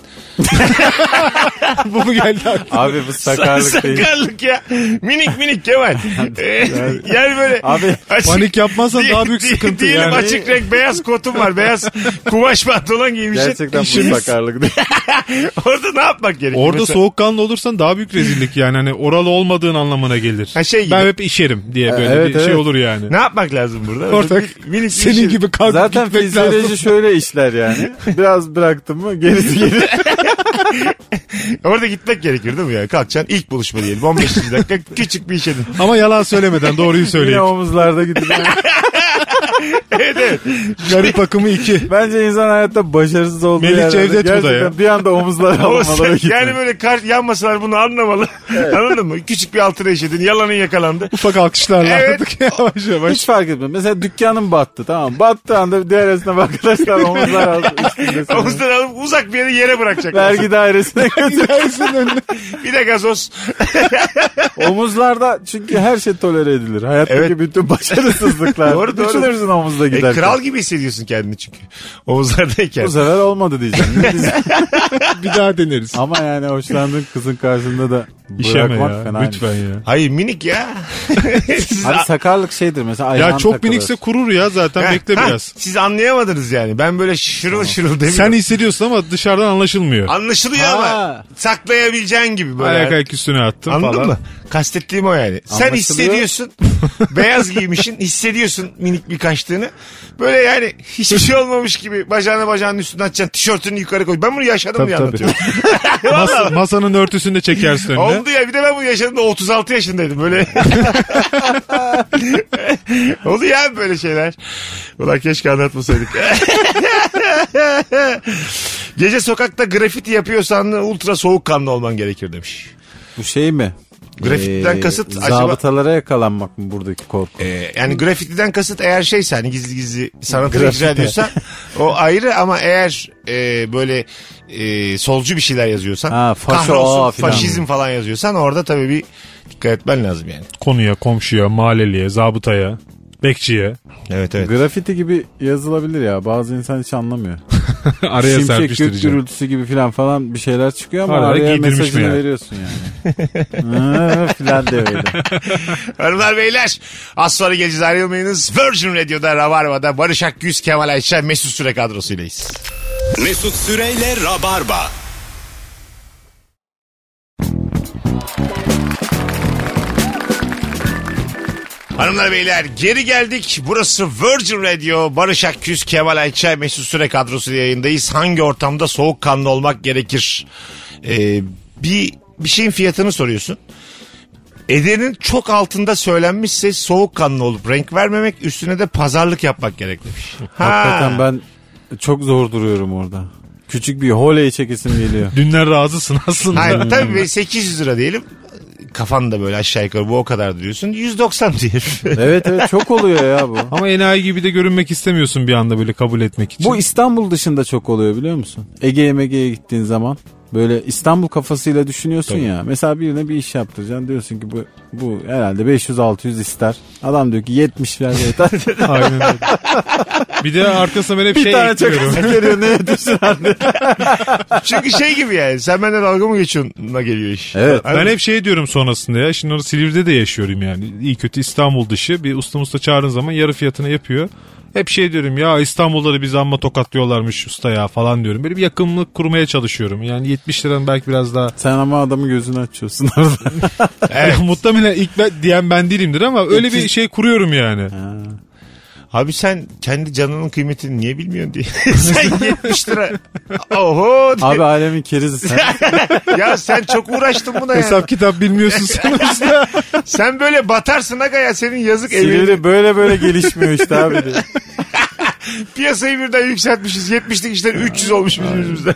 [SPEAKER 4] Bu mu geldi
[SPEAKER 2] (laughs)
[SPEAKER 3] (laughs)
[SPEAKER 4] aklıma?
[SPEAKER 3] Abi bu sakarlık değil.
[SPEAKER 2] Sakarlık ya. Minik minik
[SPEAKER 4] (laughs)
[SPEAKER 2] Kemal. Ee, yani böyle.
[SPEAKER 3] Abi,
[SPEAKER 2] açık-
[SPEAKER 4] Panik yapmazsan daha büyük
[SPEAKER 2] Değil-
[SPEAKER 4] sıkıntı
[SPEAKER 2] değilim,
[SPEAKER 4] yani.
[SPEAKER 2] şey- açık renk beyaz kotum var. Beyaz kumaş pantolon giymişsin.
[SPEAKER 3] Gerçekten bu
[SPEAKER 2] İşimiz-
[SPEAKER 3] sakarlık değil.
[SPEAKER 2] (laughs) Orada ne yapmak gerekiyor?
[SPEAKER 4] Orada
[SPEAKER 2] Mesela-
[SPEAKER 4] soğukkanlı olursan daha büyük rezillik yani hani oralı olmadığın anlamına gelir.
[SPEAKER 2] Ha şey gibi.
[SPEAKER 4] ben hep işerim diye böyle
[SPEAKER 3] evet,
[SPEAKER 4] bir şey
[SPEAKER 3] evet.
[SPEAKER 4] olur yani.
[SPEAKER 2] Ne yapmak lazım burada?
[SPEAKER 4] Ortak
[SPEAKER 2] Bir- minik bir
[SPEAKER 4] senin
[SPEAKER 2] işin-
[SPEAKER 4] gibi kalkıp
[SPEAKER 3] Zaten
[SPEAKER 4] gitmek lazım.
[SPEAKER 3] fizyoloji şöyle işler yani. Biraz bıraktım mı gerisi gelir.
[SPEAKER 2] Orada gitmek gerekir değil mi ya? Kalkacaksın ilk buluşma diyelim. 15.
[SPEAKER 4] (laughs)
[SPEAKER 2] dakika küçük bir işedin.
[SPEAKER 4] Ama yalan
[SPEAKER 2] (laughs)
[SPEAKER 4] söylemeden doğruyu
[SPEAKER 3] Yine
[SPEAKER 4] söyleyeyim.
[SPEAKER 3] omuzlarda
[SPEAKER 4] (laughs)
[SPEAKER 3] gidiyor.
[SPEAKER 4] Garip akımı iki.
[SPEAKER 3] Bence insan hayatta başarısız olduğu
[SPEAKER 4] Melih
[SPEAKER 3] yerlerde
[SPEAKER 4] Cevdet bu da ya. şey,
[SPEAKER 3] gerçekten bir anda
[SPEAKER 4] (laughs)
[SPEAKER 3] omuzlar
[SPEAKER 2] Olsa,
[SPEAKER 3] almalara gidiyor.
[SPEAKER 2] yani böyle kar, yanmasalar bunu anlamalı. Anladın mı? Küçük bir altına işedin. Yalanın yakalandı.
[SPEAKER 4] Ufak alkışlarla
[SPEAKER 2] Evet.
[SPEAKER 4] artık (laughs) yavaş yavaş.
[SPEAKER 3] Hiç fark etmez. Mesela dükkanım battı tamam. Battığı anda diğer esnaf arkadaşlar omuzlar altı
[SPEAKER 2] (laughs)
[SPEAKER 3] üstünde seni.
[SPEAKER 2] Omuzdan alıp uzak bir yere yere bırakacak.
[SPEAKER 3] Vergi dairesine götür.
[SPEAKER 4] Dersin önüne.
[SPEAKER 2] Bir de gazoz.
[SPEAKER 3] Omuzlarda çünkü her şey tolere edilir. Hayattaki
[SPEAKER 2] Evet.
[SPEAKER 3] bütün
[SPEAKER 2] (laughs)
[SPEAKER 3] başarısızlıklar.
[SPEAKER 2] Doğru, doğru.
[SPEAKER 3] Düşünürsün omuzda
[SPEAKER 2] E,
[SPEAKER 3] giderken.
[SPEAKER 2] kral gibi hissediyorsun kendini çünkü. Omuzlardayken.
[SPEAKER 3] Bu sefer olmadı diyeceğim. Biz-
[SPEAKER 4] bir daha deneriz.
[SPEAKER 3] Ama yani hoşlandığın kızın
[SPEAKER 2] (laughs)
[SPEAKER 3] karşısında da
[SPEAKER 4] İşeme
[SPEAKER 3] bırakmak
[SPEAKER 4] ya.
[SPEAKER 3] fena.
[SPEAKER 4] Lütfen ya.
[SPEAKER 2] Hayır minik ya. (laughs) Hani Siz
[SPEAKER 3] Abi sakarlık şeydir mesela
[SPEAKER 4] Ya
[SPEAKER 3] ayağın
[SPEAKER 4] çok
[SPEAKER 3] takılır.
[SPEAKER 4] minikse kurur ya zaten
[SPEAKER 2] Ha,
[SPEAKER 4] bekle
[SPEAKER 2] ha,
[SPEAKER 4] biraz.
[SPEAKER 2] Siz anlayamadınız yani. Ben böyle şırıl şırıl demiyorum.
[SPEAKER 4] Sen hissediyorsun ama dışarıdan anlaşılmıyor.
[SPEAKER 2] Anlaşılıyor
[SPEAKER 3] Ha.
[SPEAKER 2] ama saklayabileceğin gibi böyle.
[SPEAKER 4] Ayak ayak üstüne attım
[SPEAKER 2] Anladın
[SPEAKER 4] falan.
[SPEAKER 2] mı? Kastettiğim o yani. Sen
[SPEAKER 3] Anlaşılıyor. (laughs)
[SPEAKER 2] hissediyorsun. beyaz giymişin hissediyorsun minik bir kaçtığını. Böyle yani hiçbir şey olmamış gibi bacağını bacağının üstüne atacaksın. Tişörtünü yukarı koy. Ben bunu yaşadım
[SPEAKER 3] Tabii,
[SPEAKER 2] diye
[SPEAKER 3] tabii.
[SPEAKER 2] anlatıyorum.
[SPEAKER 4] Mas- (laughs) masanın örtüsünü de çekersin önüne.
[SPEAKER 2] Oldu ya bir de ben bunu yaşadım da 36 yaşındaydım
[SPEAKER 3] (laughs)
[SPEAKER 2] böyle. Oldu ya böyle şeyler. Ulan keşke anlatmasaydık. (laughs) Gece sokakta grafiti yapıyorsan ultra soğukkanlı olman gerekir demiş.
[SPEAKER 3] Bu şey mi? Ee,
[SPEAKER 2] Grafitten kasıt acaba-
[SPEAKER 3] Zabıtalara yakalanmak mı buradaki korku?
[SPEAKER 2] Ee, yani grafitiden kasıt eğer şeyse hani gizli gizli sanatı
[SPEAKER 3] Grafiti.
[SPEAKER 2] icra ediyorsan o ayrı ama eğer e, böyle e, solcu bir şeyler yazıyorsan
[SPEAKER 3] Ha, faşo,
[SPEAKER 2] kahrolsun,
[SPEAKER 3] aa filan.
[SPEAKER 2] faşizm falan yazıyorsan orada tabii bir dikkat etmen lazım yani.
[SPEAKER 4] Konuya, komşuya, mahalleliye, zabıtaya,
[SPEAKER 3] (laughs)
[SPEAKER 4] bekçiye.
[SPEAKER 2] Evet evet.
[SPEAKER 3] Grafiti gibi yazılabilir ya. Bazı insan hiç anlamıyor.
[SPEAKER 4] Araya
[SPEAKER 3] Şimşek gök
[SPEAKER 4] serpiştireceğim.
[SPEAKER 3] gürültüsü gibi filan falan bir şeyler çıkıyor ama
[SPEAKER 4] Arada
[SPEAKER 3] araya
[SPEAKER 4] giydirmiş
[SPEAKER 3] mesajını
[SPEAKER 4] meğer.
[SPEAKER 3] veriyorsun
[SPEAKER 4] (laughs)
[SPEAKER 3] yani. Hı, filan diye böyle.
[SPEAKER 2] Hanımlar beyler az sonra geleceğiz ayrılmayınız. Virgin Radio'da Rabarba'da Barış Akgüz, Kemal Ayşe, Mesut Süre kadrosuylayız.
[SPEAKER 1] Mesut Süreyle Rabarba.
[SPEAKER 2] Hanımlar beyler geri geldik. Burası Virgin Radio. Barış Akgüz, Kemal Ayça, Mesut Süre kadrosu yayındayız. Hangi ortamda soğukkanlı olmak gerekir? Ee, bir bir şeyin fiyatını soruyorsun. Ederinin çok altında söylenmişse soğukkanlı olup renk vermemek üstüne de pazarlık yapmak gerek demiş.
[SPEAKER 3] Hakikaten ben çok zor duruyorum orada. Küçük bir holey çekesim geliyor.
[SPEAKER 4] Dünden razısın
[SPEAKER 3] (laughs)
[SPEAKER 4] aslında.
[SPEAKER 2] Hayır tabii ben 800 lira diyelim. Kafan da böyle aşağı yukarı bu o kadar diyorsun. 190 diyelim. (laughs)
[SPEAKER 3] Evet evet çok oluyor ya bu.
[SPEAKER 4] Ama enayi gibi de görünmek istemiyorsun bir anda böyle kabul etmek için.
[SPEAKER 3] Bu İstanbul dışında çok oluyor biliyor musun? Ege'ye Mege'ye gittiğin zaman böyle İstanbul kafasıyla düşünüyorsun ya. Mesela birine bir iş yaptıracaksın diyorsun ki bu bu herhalde 500-600 ister. Adam diyor ki 70
[SPEAKER 4] (laughs)
[SPEAKER 3] ver yeter.
[SPEAKER 4] Aynen öyle. Bir de arkasına ben hep
[SPEAKER 3] bir
[SPEAKER 4] şey
[SPEAKER 3] tane çok
[SPEAKER 4] ekliyorum.
[SPEAKER 3] ister (laughs) geliyor ne
[SPEAKER 4] (laughs)
[SPEAKER 3] yetişir abi?
[SPEAKER 2] Çünkü şey gibi yani sen benden dalga mı geçiyorsun'a geliyor iş.
[SPEAKER 3] Evet.
[SPEAKER 4] Ben hep şey diyorum sonrasında ya. Şimdi orada Silivri'de de yaşıyorum yani. İyi kötü İstanbul dışı. Bir usta usta çağırın zaman yarı fiyatına yapıyor. Hep şey diyorum ya İstanbul'da da biz amma tokatlıyorlarmış usta ya falan diyorum. Böyle bir yakınlık kurmaya çalışıyorum. Yani 70 liranın belki biraz daha.
[SPEAKER 3] Sen ama adamın gözünü açıyorsun (laughs) orada.
[SPEAKER 2] (laughs) Evet.
[SPEAKER 4] (laughs) Muhtemelen ilk ben, diyen ben değilimdir ama öyle bir şey kuruyorum yani.
[SPEAKER 2] Abi sen kendi canının kıymetini niye bilmiyorsun
[SPEAKER 3] (laughs)
[SPEAKER 2] diye. sen 70 lira. Oho. diye.
[SPEAKER 3] Abi alemin kerizi (laughs) sen.
[SPEAKER 2] ya sen çok uğraştın buna ya.
[SPEAKER 4] Hesap kitap bilmiyorsun sen
[SPEAKER 2] (laughs)
[SPEAKER 4] usta.
[SPEAKER 2] Sen böyle batarsın aga ya senin yazık evini.
[SPEAKER 3] Siniri böyle böyle gelişmiyor işte abi. diyor.
[SPEAKER 2] Piyasayı birden yükseltmişiz. 70'lik işler 300 olmuş bizim yüzümüzden.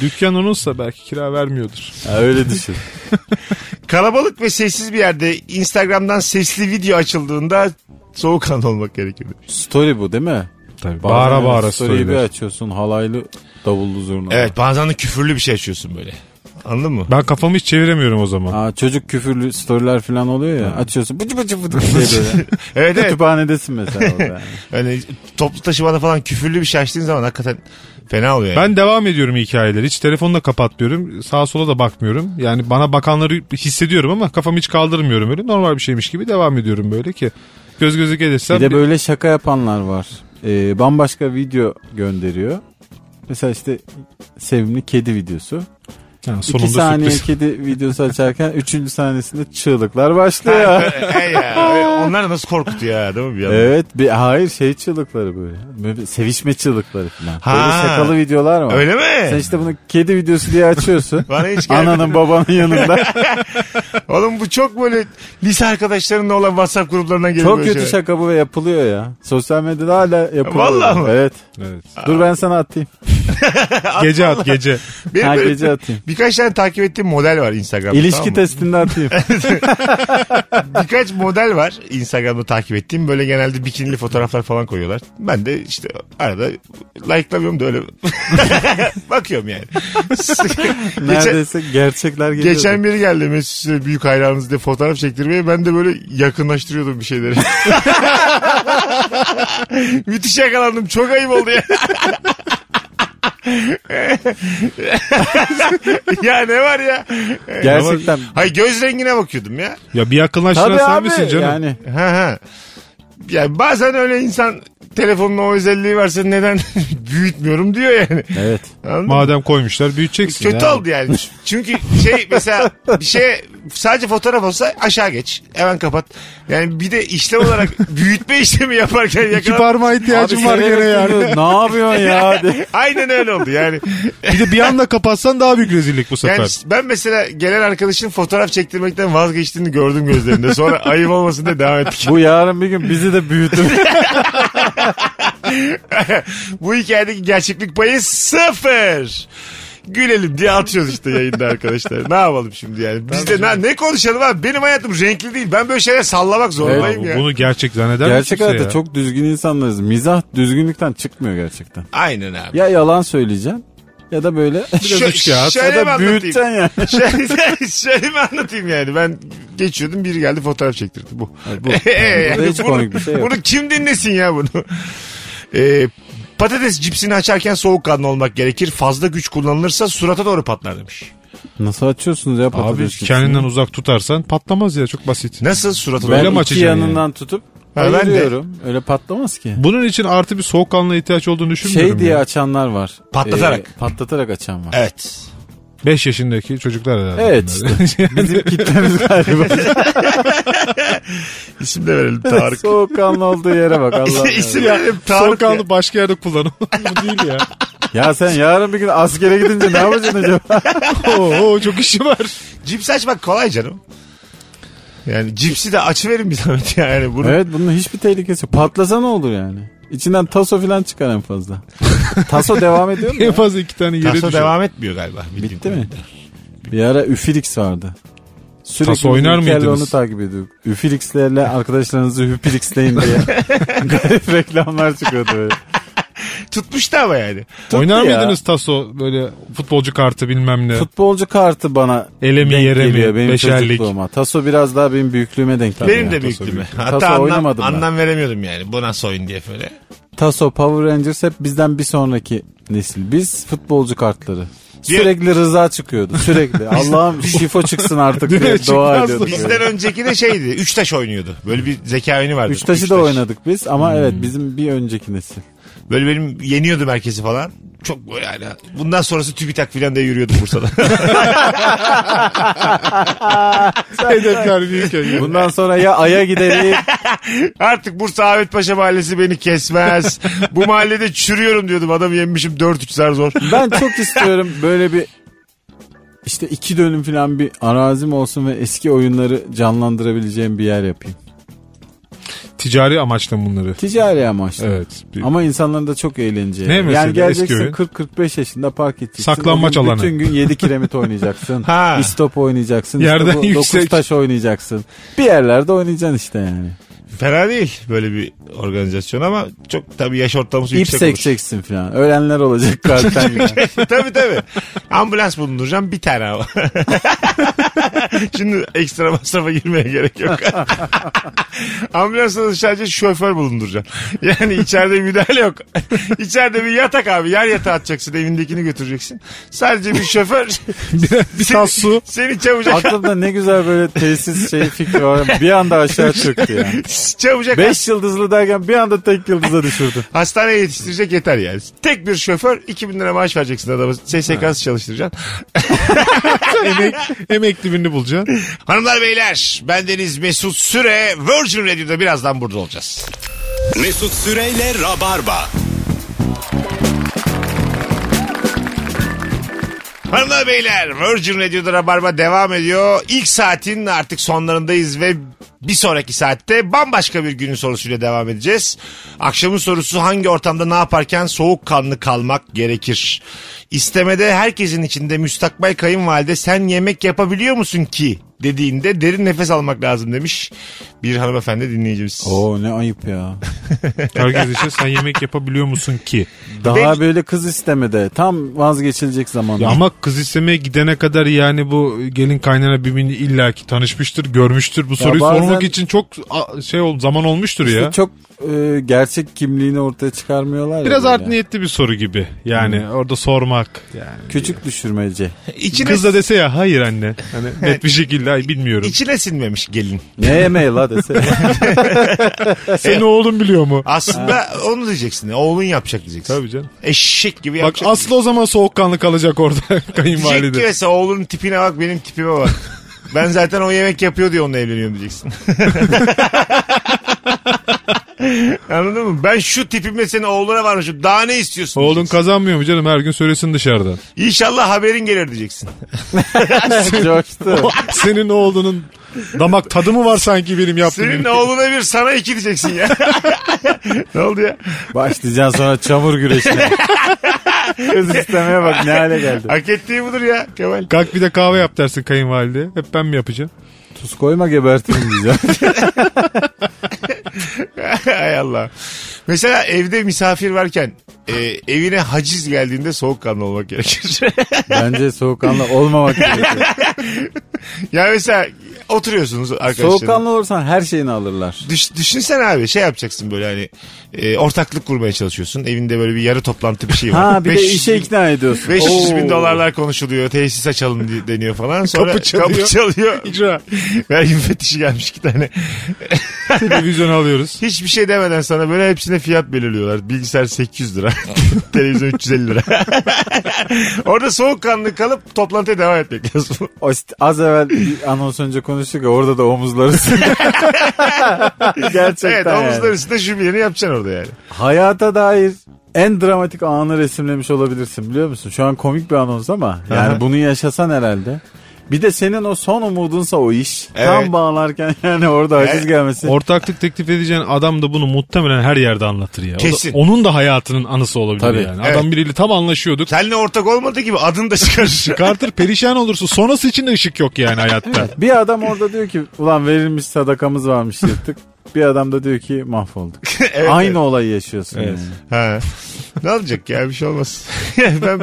[SPEAKER 4] Dükkan onunsa belki kira vermiyordur.
[SPEAKER 3] Ha, öyle düşün.
[SPEAKER 2] Kalabalık ve sessiz bir yerde Instagram'dan sesli video açıldığında soğukkanlı olmak gerekir.
[SPEAKER 3] Story bu değil mi?
[SPEAKER 4] Tabii.
[SPEAKER 3] Bazen
[SPEAKER 4] Bağıra bağıra
[SPEAKER 3] story'yi bir
[SPEAKER 4] storyler.
[SPEAKER 3] açıyorsun halaylı davullu zurna.
[SPEAKER 2] Evet bazen de küfürlü bir şey açıyorsun böyle. Anladın mı?
[SPEAKER 4] Ben kafamı hiç çeviremiyorum o zaman.
[SPEAKER 3] Aa, çocuk küfürlü storyler falan oluyor ya. Açıyorsun bıcı bıcı (laughs) bıcı diye böyle.
[SPEAKER 2] Evet evet.
[SPEAKER 3] (laughs) Kütüphanedesin mesela orada. (laughs) yani.
[SPEAKER 2] Hani toplu taşımada falan küfürlü bir şey açtığın zaman hakikaten fena oluyor. Yani.
[SPEAKER 4] Ben devam ediyorum hikayeleri. Hiç telefonla kapatmıyorum. Sağa sola da bakmıyorum. Yani bana bakanları hissediyorum ama kafamı hiç kaldırmıyorum öyle. Normal bir şeymiş gibi devam ediyorum böyle ki. Göz göze gelirsem
[SPEAKER 3] Bir de böyle şaka yapanlar var. Ee, bambaşka video gönderiyor. Mesela işte sevimli kedi videosu.
[SPEAKER 4] Ha,
[SPEAKER 3] İki
[SPEAKER 4] sonunda
[SPEAKER 3] saniye
[SPEAKER 4] sürpriz.
[SPEAKER 3] kedi videosu açarken (laughs) üçüncü saniyesinde çığlıklar başlıyor.
[SPEAKER 2] Hey ya, onlar nasıl korkutuyor ya değil mi bir yandan?
[SPEAKER 3] evet bir hayır şey çığlıkları böyle. böyle sevişme çığlıkları falan.
[SPEAKER 2] Ha.
[SPEAKER 3] Böyle şakalı videolar var.
[SPEAKER 2] Öyle mi?
[SPEAKER 3] Sen işte bunu kedi videosu diye açıyorsun.
[SPEAKER 2] (laughs) Bana hiç gelmedi.
[SPEAKER 3] Ananın
[SPEAKER 2] (laughs)
[SPEAKER 3] babanın yanında.
[SPEAKER 2] Oğlum bu çok böyle lise arkadaşlarınla olan WhatsApp gruplarından geliyor.
[SPEAKER 3] Çok
[SPEAKER 2] böyle
[SPEAKER 3] kötü
[SPEAKER 2] şeyler.
[SPEAKER 3] şaka bu ve yapılıyor ya. Sosyal medyada hala yapılıyor.
[SPEAKER 2] Vallahi mi?
[SPEAKER 3] Evet.
[SPEAKER 4] Evet.
[SPEAKER 3] Dur ben sana atayım.
[SPEAKER 4] Gece at gece.
[SPEAKER 2] Benim
[SPEAKER 3] Her
[SPEAKER 2] böyle
[SPEAKER 3] gece atayım.
[SPEAKER 2] Birkaç tane takip ettiğim model var Instagram'da.
[SPEAKER 3] İlişki
[SPEAKER 2] tamam mı? (laughs)
[SPEAKER 3] testinde atayım.
[SPEAKER 2] Birkaç model var Instagram'da takip ettiğim. Böyle genelde bikinili fotoğraflar falan koyuyorlar. Ben de işte arada like'lamıyorum da öyle (laughs) bakıyorum yani.
[SPEAKER 3] Neredeyse gerçekler geliyor.
[SPEAKER 2] Geçen biri geldi Mesut Süre büyük hayranınız diye fotoğraf çektirmeye. Ben de böyle yakınlaştırıyordum bir şeyleri. (laughs) Müthiş yakalandım. Çok ayıp oldu ya. (laughs) ya ne var ya?
[SPEAKER 3] Gerçekten.
[SPEAKER 2] Hay göz rengine bakıyordum ya.
[SPEAKER 4] Ya bir yakınlaştıran
[SPEAKER 3] Tabii
[SPEAKER 4] sen
[SPEAKER 3] abi
[SPEAKER 4] misin canım?
[SPEAKER 3] yani.
[SPEAKER 2] Ha ha. Yani bazen öyle insan telefonun o özelliği varsa neden (laughs) büyütmüyorum diyor yani.
[SPEAKER 3] Evet.
[SPEAKER 2] Anladın mı?
[SPEAKER 4] Madem koymuşlar büyüteceksin.
[SPEAKER 2] Kötü
[SPEAKER 4] ya.
[SPEAKER 2] oldu yani. Çünkü şey mesela bir şey sadece fotoğraf olsa aşağı geç. Hemen kapat. Yani bir de işlem olarak büyütme işlemi yaparken
[SPEAKER 4] İki
[SPEAKER 2] yakalan.
[SPEAKER 4] parmağa ihtiyacım var gene
[SPEAKER 3] severek
[SPEAKER 4] yani.
[SPEAKER 3] dinliyor. ne yapıyorsun
[SPEAKER 2] (laughs)
[SPEAKER 3] ya? De.
[SPEAKER 2] Aynen öyle oldu yani.
[SPEAKER 4] Bir de bir anda kapatsan daha büyük rezillik bu sefer.
[SPEAKER 2] Yani ben mesela gelen arkadaşın fotoğraf çektirmekten vazgeçtiğini gördüm gözlerinde. Sonra ayıp olmasın diye devam ettik.
[SPEAKER 3] Bu yarın bir gün bizi de büyütür.
[SPEAKER 2] (laughs) Bu hikayedeki gerçeklik payı sıfır. Gülelim diye atıyoruz işte yayında arkadaşlar. Ne yapalım şimdi yani? Biz de ne, ne konuşalım abi? Benim hayatım renkli değil. Ben böyle şeyler sallamak zorundayım
[SPEAKER 4] Abi
[SPEAKER 2] ya.
[SPEAKER 4] Bunu gerçek zanneder
[SPEAKER 3] Gerçek
[SPEAKER 4] misin
[SPEAKER 3] hayatta
[SPEAKER 4] ya?
[SPEAKER 3] çok düzgün insanlarız. Mizah düzgünlükten çıkmıyor gerçekten.
[SPEAKER 2] Aynen abi.
[SPEAKER 3] Ya yalan söyleyeceğim ya da
[SPEAKER 4] (laughs)
[SPEAKER 3] böyle
[SPEAKER 2] Şö-
[SPEAKER 4] üç kağıt.
[SPEAKER 2] şöyle
[SPEAKER 3] ya
[SPEAKER 2] mi
[SPEAKER 3] da
[SPEAKER 2] anlatayım?
[SPEAKER 3] büyüteceksin yani.
[SPEAKER 2] (laughs) şöyle, Şey, şöyle mi anlatayım yani? Ben geçiyordum biri geldi fotoğraf çektirdi bu. (laughs)
[SPEAKER 3] Bu, yani burada hiç
[SPEAKER 2] Ee, bunu,
[SPEAKER 3] komik bir şey yok.
[SPEAKER 2] bunu kim dinlesin ya bunu? (laughs) Ee, patates cipsini açarken soğukkanlı olmak gerekir. Fazla güç kullanılırsa surata doğru patlar demiş.
[SPEAKER 3] Nasıl açıyorsunuz ya
[SPEAKER 4] Abi
[SPEAKER 3] patates
[SPEAKER 4] kendinden uzak tutarsan patlamaz ya çok basit.
[SPEAKER 2] Nasıl surata
[SPEAKER 3] Ben
[SPEAKER 4] Böyle mi
[SPEAKER 2] doğru?
[SPEAKER 3] iki
[SPEAKER 4] açacaksın
[SPEAKER 3] yanından tutup
[SPEAKER 2] Ha, ben de.
[SPEAKER 3] ayırıyorum. Öyle patlamaz ki.
[SPEAKER 4] Bunun için artı bir soğukkanlığa ihtiyaç olduğunu düşünmüyorum.
[SPEAKER 3] Şey diye
[SPEAKER 4] ya.
[SPEAKER 3] açanlar var.
[SPEAKER 2] Patlatarak.
[SPEAKER 3] Ee, patlatarak
[SPEAKER 2] (laughs)
[SPEAKER 3] açan var.
[SPEAKER 2] Evet.
[SPEAKER 4] 5 yaşındaki çocuklar herhalde.
[SPEAKER 3] Evet
[SPEAKER 4] (laughs)
[SPEAKER 3] işte. (laughs) Bizim kitlemiz galiba.
[SPEAKER 2] İsim de verelim Tarık.
[SPEAKER 3] (laughs) Soğukkanlı olduğu
[SPEAKER 2] (laughs)
[SPEAKER 3] yere bak Allah.
[SPEAKER 2] İsim
[SPEAKER 3] İsim
[SPEAKER 2] verelim Tarık.
[SPEAKER 4] Soğukkanlı başka yerde kullanın. (laughs) Bu değil ya.
[SPEAKER 3] Ya sen yarın bir gün askere gidince ne yapacaksın acaba?
[SPEAKER 4] Oo, çok işi var.
[SPEAKER 2] Cips açmak kolay canım. Yani cipsi de açıverin bir zahmet yani. Bunu
[SPEAKER 3] evet bunun hiçbir tehlikesi yok. Patlasa ne olur yani? İçinden taso falan çıkar en
[SPEAKER 4] (laughs)
[SPEAKER 3] fazla. taso devam ediyor mu?
[SPEAKER 4] En
[SPEAKER 3] ya?
[SPEAKER 4] fazla iki tane yere
[SPEAKER 2] Taso
[SPEAKER 4] düşüyor.
[SPEAKER 2] devam etmiyor galiba. bildiğim
[SPEAKER 3] Bitti mi?
[SPEAKER 2] kadarıyla.
[SPEAKER 3] Bir ara Üfilix vardı. Sürekli
[SPEAKER 4] Taso oynar
[SPEAKER 3] bizimkilerle
[SPEAKER 4] mıydınız?
[SPEAKER 3] Onu takip ediyorduk. Üfilix'lerle arkadaşlarınızı hüpilixleyin
[SPEAKER 4] (laughs)
[SPEAKER 3] diye. Garip reklamlar çıkıyordu böyle.
[SPEAKER 2] Tutmuştu ama yani.
[SPEAKER 4] Oynar
[SPEAKER 3] Tuttu ya.
[SPEAKER 4] mıydınız taso böyle futbolcu kartı bilmem ne.
[SPEAKER 3] Futbolcu kartı bana
[SPEAKER 4] Ele mi,
[SPEAKER 3] denk
[SPEAKER 4] yere mi,
[SPEAKER 3] geliyor benim
[SPEAKER 4] beşerlik.
[SPEAKER 3] çocukluğuma. Taso biraz daha benim büyüklüğüme denk geliyor.
[SPEAKER 2] Benim
[SPEAKER 3] yani
[SPEAKER 2] de
[SPEAKER 3] Taso
[SPEAKER 2] büyüktü.
[SPEAKER 3] büyük. Taso
[SPEAKER 2] Hatta anlam,
[SPEAKER 3] oynamadım ben.
[SPEAKER 2] anlam veremiyordum yani. Bu nasıl oyun diye böyle.
[SPEAKER 3] Taso, Power Rangers hep bizden bir sonraki nesil. Biz futbolcu kartları.
[SPEAKER 2] Bir-
[SPEAKER 3] Sürekli Rıza çıkıyordu. Sürekli. Allah'ım şifo çıksın artık diye
[SPEAKER 4] Çıkmaz
[SPEAKER 3] dua ediyorduk.
[SPEAKER 2] Bizden önceki de şeydi. Üç taş oynuyordu. Böyle bir zeka oyunu vardı.
[SPEAKER 3] Üç taşı da oynadık biz ama evet bizim bir önceki nesil.
[SPEAKER 2] Böyle benim yeniyordum herkesi falan. Çok böyle yani. Bundan sonrası TÜBİTAK filan diye yürüyordum
[SPEAKER 3] (laughs)
[SPEAKER 2] Bursa'da.
[SPEAKER 4] Hedefler büyük ya.
[SPEAKER 3] Bundan sonra ya Ay'a gidelim.
[SPEAKER 2] Artık Bursa Ahmet Paşa mahallesi beni kesmez. Bu mahallede çürüyorum diyordum. Adamı yenmişim 4-3 zar zor.
[SPEAKER 3] Ben çok istiyorum böyle bir işte iki dönüm falan bir arazim olsun ve eski oyunları canlandırabileceğim bir yer yapayım.
[SPEAKER 4] Ticari amaçla bunları.
[SPEAKER 3] Ticari amaçlı.
[SPEAKER 4] Evet. bir-
[SPEAKER 3] Ama insanların da çok eğleneceği.
[SPEAKER 4] Ne mesela?
[SPEAKER 3] yani geleceksin
[SPEAKER 4] Eski oyun.
[SPEAKER 3] 40-45 yaşında park edeceksin.
[SPEAKER 4] Saklanmaç
[SPEAKER 3] O gün
[SPEAKER 4] alanı.
[SPEAKER 3] Bütün gün
[SPEAKER 4] (laughs)
[SPEAKER 3] 7 kiremit oynayacaksın.
[SPEAKER 2] Ha.
[SPEAKER 3] İstop oynayacaksın.
[SPEAKER 4] Yerden
[SPEAKER 3] Yerden
[SPEAKER 4] yüksek.
[SPEAKER 3] taş oynayacaksın. Bir yerlerde oynayacaksın işte yani.
[SPEAKER 2] Fena değil böyle bir organizasyon ama çok tabii yaş ortalaması
[SPEAKER 3] İp
[SPEAKER 2] yüksek olur.
[SPEAKER 3] sekeceksin falan. Ölenler
[SPEAKER 4] (laughs)
[SPEAKER 3] olacak kalpten. yani.
[SPEAKER 2] (laughs) tabii tabii. Ambulans bulunduracağım bir tane ama. (laughs) Şimdi ekstra masrafa girmeye gerek yok. (laughs) Ambulansa da sadece şoför bulunduracağım. Yani içeride müdahale yok. İçeride bir yatak abi. Yer yatağı atacaksın. Evindekini götüreceksin. Sadece bir şoför
[SPEAKER 4] (laughs) bir tas su.
[SPEAKER 2] seni çabucak
[SPEAKER 3] Aklımda ne güzel böyle tesis şey fikri var. Bir anda aşağı çöktü yani.
[SPEAKER 2] çabucak
[SPEAKER 3] Beş yıldızlı derken bir anda tek yıldıza
[SPEAKER 4] (laughs)
[SPEAKER 3] düşürdü.
[SPEAKER 2] Hastaneye yetiştirecek yeter yani. Tek bir şoför 2000 lira maaş vereceksin adama. SSK'sı çalıştıracaksın.
[SPEAKER 4] (laughs) Emek, emekli birini bulacaksın.
[SPEAKER 2] Hanımlar beyler ben Deniz Mesut Süre Virgin Radio'da birazdan burada olacağız.
[SPEAKER 1] Mesut Süreyle Rabarba.
[SPEAKER 2] Hanımlar beyler Virgin Radio'da Rabarba devam ediyor. İlk saatin artık sonlarındayız ve bir sonraki saatte bambaşka bir günün sorusuyla devam edeceğiz. Akşamın sorusu hangi ortamda ne yaparken soğukkanlı kalmak gerekir? İstemede herkesin içinde müstakbel kayınvalide sen yemek yapabiliyor musun ki dediğinde derin nefes almak lazım demiş bir hanımefendi dinleyicimiz.
[SPEAKER 3] Oo ne ayıp
[SPEAKER 4] (laughs)
[SPEAKER 3] ya.
[SPEAKER 4] Herkes işte sen yemek yapabiliyor musun ki?
[SPEAKER 3] Daha
[SPEAKER 2] Ben-
[SPEAKER 3] böyle kız istemede. Tam vazgeçilecek zamanda.
[SPEAKER 4] Ya ama kız istemeye gidene kadar yani bu gelin kaynana birbirini illaki tanışmıştır, görmüştür. Bu soruyu
[SPEAKER 3] bazen-
[SPEAKER 4] sormak için çok a- şey ol, zaman olmuştur
[SPEAKER 3] İşte
[SPEAKER 4] ya.
[SPEAKER 3] çok e, gerçek kimliğini ortaya çıkarmıyorlar ya
[SPEAKER 4] Biraz
[SPEAKER 3] böyle.
[SPEAKER 4] art niyetli bir soru gibi. Yani
[SPEAKER 3] Hmm.
[SPEAKER 4] orada sormak. Yani.
[SPEAKER 3] Küçük düşürmece.
[SPEAKER 2] İçine,
[SPEAKER 4] Kız da dese ya hayır anne.
[SPEAKER 2] (laughs)
[SPEAKER 4] Hani net bir şekilde ay bilmiyorum.
[SPEAKER 2] içine sinmemiş gelin.
[SPEAKER 3] Ne yemeği
[SPEAKER 2] (laughs)
[SPEAKER 3] la dese.
[SPEAKER 4] Senin oğlun biliyor mu?
[SPEAKER 2] Aslında onu diyeceksin. Oğlun yapacak diyeceksin.
[SPEAKER 4] Tabii canım.
[SPEAKER 2] Eşek gibi
[SPEAKER 4] Bak
[SPEAKER 2] yapacak. şey
[SPEAKER 4] Aslı o zaman soğukkanlı kalacak orada (laughs)
[SPEAKER 2] Diyecek ki
[SPEAKER 4] kayınvalide.
[SPEAKER 2] mesela oğlunun tipine bak benim tipime bak. Ben zaten o yemek yapıyor diye onunla evleniyorum diyeceksin. Anladın mı? Ben şu tipimle senin oğluna varmışım. Daha ne istiyorsun?
[SPEAKER 4] Oğlun
[SPEAKER 2] diyeceksin.
[SPEAKER 4] kazanmıyor mu canım her gün
[SPEAKER 2] (laughs)
[SPEAKER 4] söylesin dışarıdan.
[SPEAKER 2] İnşallah haberin gelir diyeceksin.
[SPEAKER 3] Coştu.
[SPEAKER 4] Senin oğlunun damak tadı mı var sanki benim yaptığım?
[SPEAKER 2] Senin
[SPEAKER 4] yemeğe?
[SPEAKER 2] oğluna bir sana iki diyeceksin ya. ne oldu ya?
[SPEAKER 3] Başlayacaksın sonra çamur güreşine. Kız istemeye bak ne hale geldi.
[SPEAKER 2] Hak ettiği budur ya Kemal. (laughs)
[SPEAKER 4] Kalk bir de kahve yap dersin kayınvalide. Hep ben mi yapacağım?
[SPEAKER 3] Tuz koyma
[SPEAKER 2] (laughs)
[SPEAKER 3] gebertirim diyeceğim.
[SPEAKER 2] Hay Allah. Mesela evde misafir varken e, evine haciz geldiğinde soğukkanlı olmak gerekir.
[SPEAKER 3] Bence soğukkanlı olmamak gerekiyor.
[SPEAKER 2] ya mesela oturuyorsunuz arkadaşlar.
[SPEAKER 3] Soğukkanlı olursan her şeyini alırlar.
[SPEAKER 2] Düş, düşünsene abi şey yapacaksın böyle hani e, ortaklık kurmaya çalışıyorsun. Evinde böyle bir yarı toplantı bir şey var.
[SPEAKER 3] Ha bir de
[SPEAKER 2] 500
[SPEAKER 3] işe
[SPEAKER 2] bin-
[SPEAKER 3] ikna ediyorsun.
[SPEAKER 2] 500
[SPEAKER 3] Oo.
[SPEAKER 2] bin dolarlar konuşuluyor. Tesis açalım di- deniyor falan. Sonra
[SPEAKER 4] Kapı çalıyor.
[SPEAKER 2] Kapı
[SPEAKER 3] (laughs)
[SPEAKER 2] çalıyor.
[SPEAKER 4] İcra.
[SPEAKER 2] Vergi müfettişi gelmiş iki tane.
[SPEAKER 4] Televizyon alıyoruz.
[SPEAKER 2] Hiçbir şey demeden sana böyle hepsine fiyat belirliyorlar. Bilgisayar 800 lira. (laughs) Televizyon 350 lira. (laughs) Orada soğukkanlı kalıp toplantıya devam etmek lazım.
[SPEAKER 3] O işte Az evvel bir anons önce konuştuk ya orada da omuzları
[SPEAKER 2] (laughs)
[SPEAKER 3] Gerçekten
[SPEAKER 2] evet
[SPEAKER 3] yani.
[SPEAKER 2] omuzların üstünde jübileni yapacaksın orada yani.
[SPEAKER 3] Hayata dair en dramatik anı resimlemiş olabilirsin biliyor musun? Şu an komik bir anons ama yani bunu yaşasan herhalde. Bir de senin o son umudunsa o iş.
[SPEAKER 2] Evet.
[SPEAKER 3] Tam bağlarken (laughs) yani orada haciz
[SPEAKER 2] Evet.
[SPEAKER 3] gelmesi.
[SPEAKER 4] Ortaklık teklif edeceğin adam da bunu muhtemelen her yerde anlatır ya. O da-
[SPEAKER 2] Kesin.
[SPEAKER 4] onun da hayatının anısı olabilir
[SPEAKER 3] Tabii.
[SPEAKER 4] yani.
[SPEAKER 2] Evet.
[SPEAKER 4] Adam biriyle tam anlaşıyorduk.
[SPEAKER 2] Seninle ortak olmadığı gibi adını da çıkarır.
[SPEAKER 4] Carter perişan olursun. Sonrası için de ışık yok yani hayatta.
[SPEAKER 3] bir adam orada diyor ki ulan verilmiş sadakamız varmış yırttık. bir adam da diyor ki mahvolduk. Aynı olayı yaşıyorsun. yani.
[SPEAKER 2] Ha. Ne olacak ya bir şey olmaz. (laughs) ben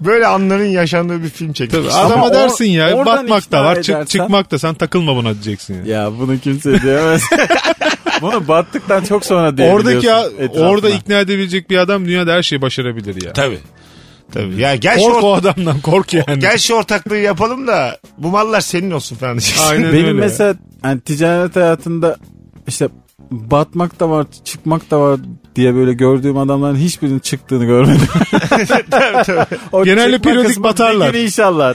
[SPEAKER 2] böyle anların yaşandığı bir film çektim.
[SPEAKER 4] Tabii,
[SPEAKER 3] Ama
[SPEAKER 4] adama
[SPEAKER 3] o-
[SPEAKER 4] dersin ya
[SPEAKER 3] oradan
[SPEAKER 4] batmak da
[SPEAKER 3] ikna
[SPEAKER 4] var çık-
[SPEAKER 3] edersen-
[SPEAKER 4] çıkmak da sen takılma buna diyeceksin yani.
[SPEAKER 3] Ya bunu kimse diyemez. bunu battıktan çok sonra diyebiliyorsun.
[SPEAKER 4] Oradaki ya-
[SPEAKER 3] etrafına.
[SPEAKER 4] orada ikna edebilecek bir adam dünyada her şeyi başarabilir ya.
[SPEAKER 2] Tabii. Tabii. Ya gel şu,
[SPEAKER 4] Kork
[SPEAKER 2] ort-
[SPEAKER 4] o adamdan kork yani.
[SPEAKER 2] gel şu ortaklığı yapalım da bu mallar senin olsun falan diyeceksin. (laughs)
[SPEAKER 4] Aynen
[SPEAKER 3] Benim
[SPEAKER 4] öyle.
[SPEAKER 3] mesela yani ticaret hayatında işte batmak da var, çıkmak da var diye böyle gördüğüm adamların hiçbirinin çıktığını görmedim.
[SPEAKER 4] (laughs)
[SPEAKER 3] O
[SPEAKER 4] Genelde
[SPEAKER 3] çıkma
[SPEAKER 4] periyodik
[SPEAKER 3] kısmı
[SPEAKER 4] batarlar.
[SPEAKER 3] bir gün
[SPEAKER 4] (laughs)
[SPEAKER 3] inşallah.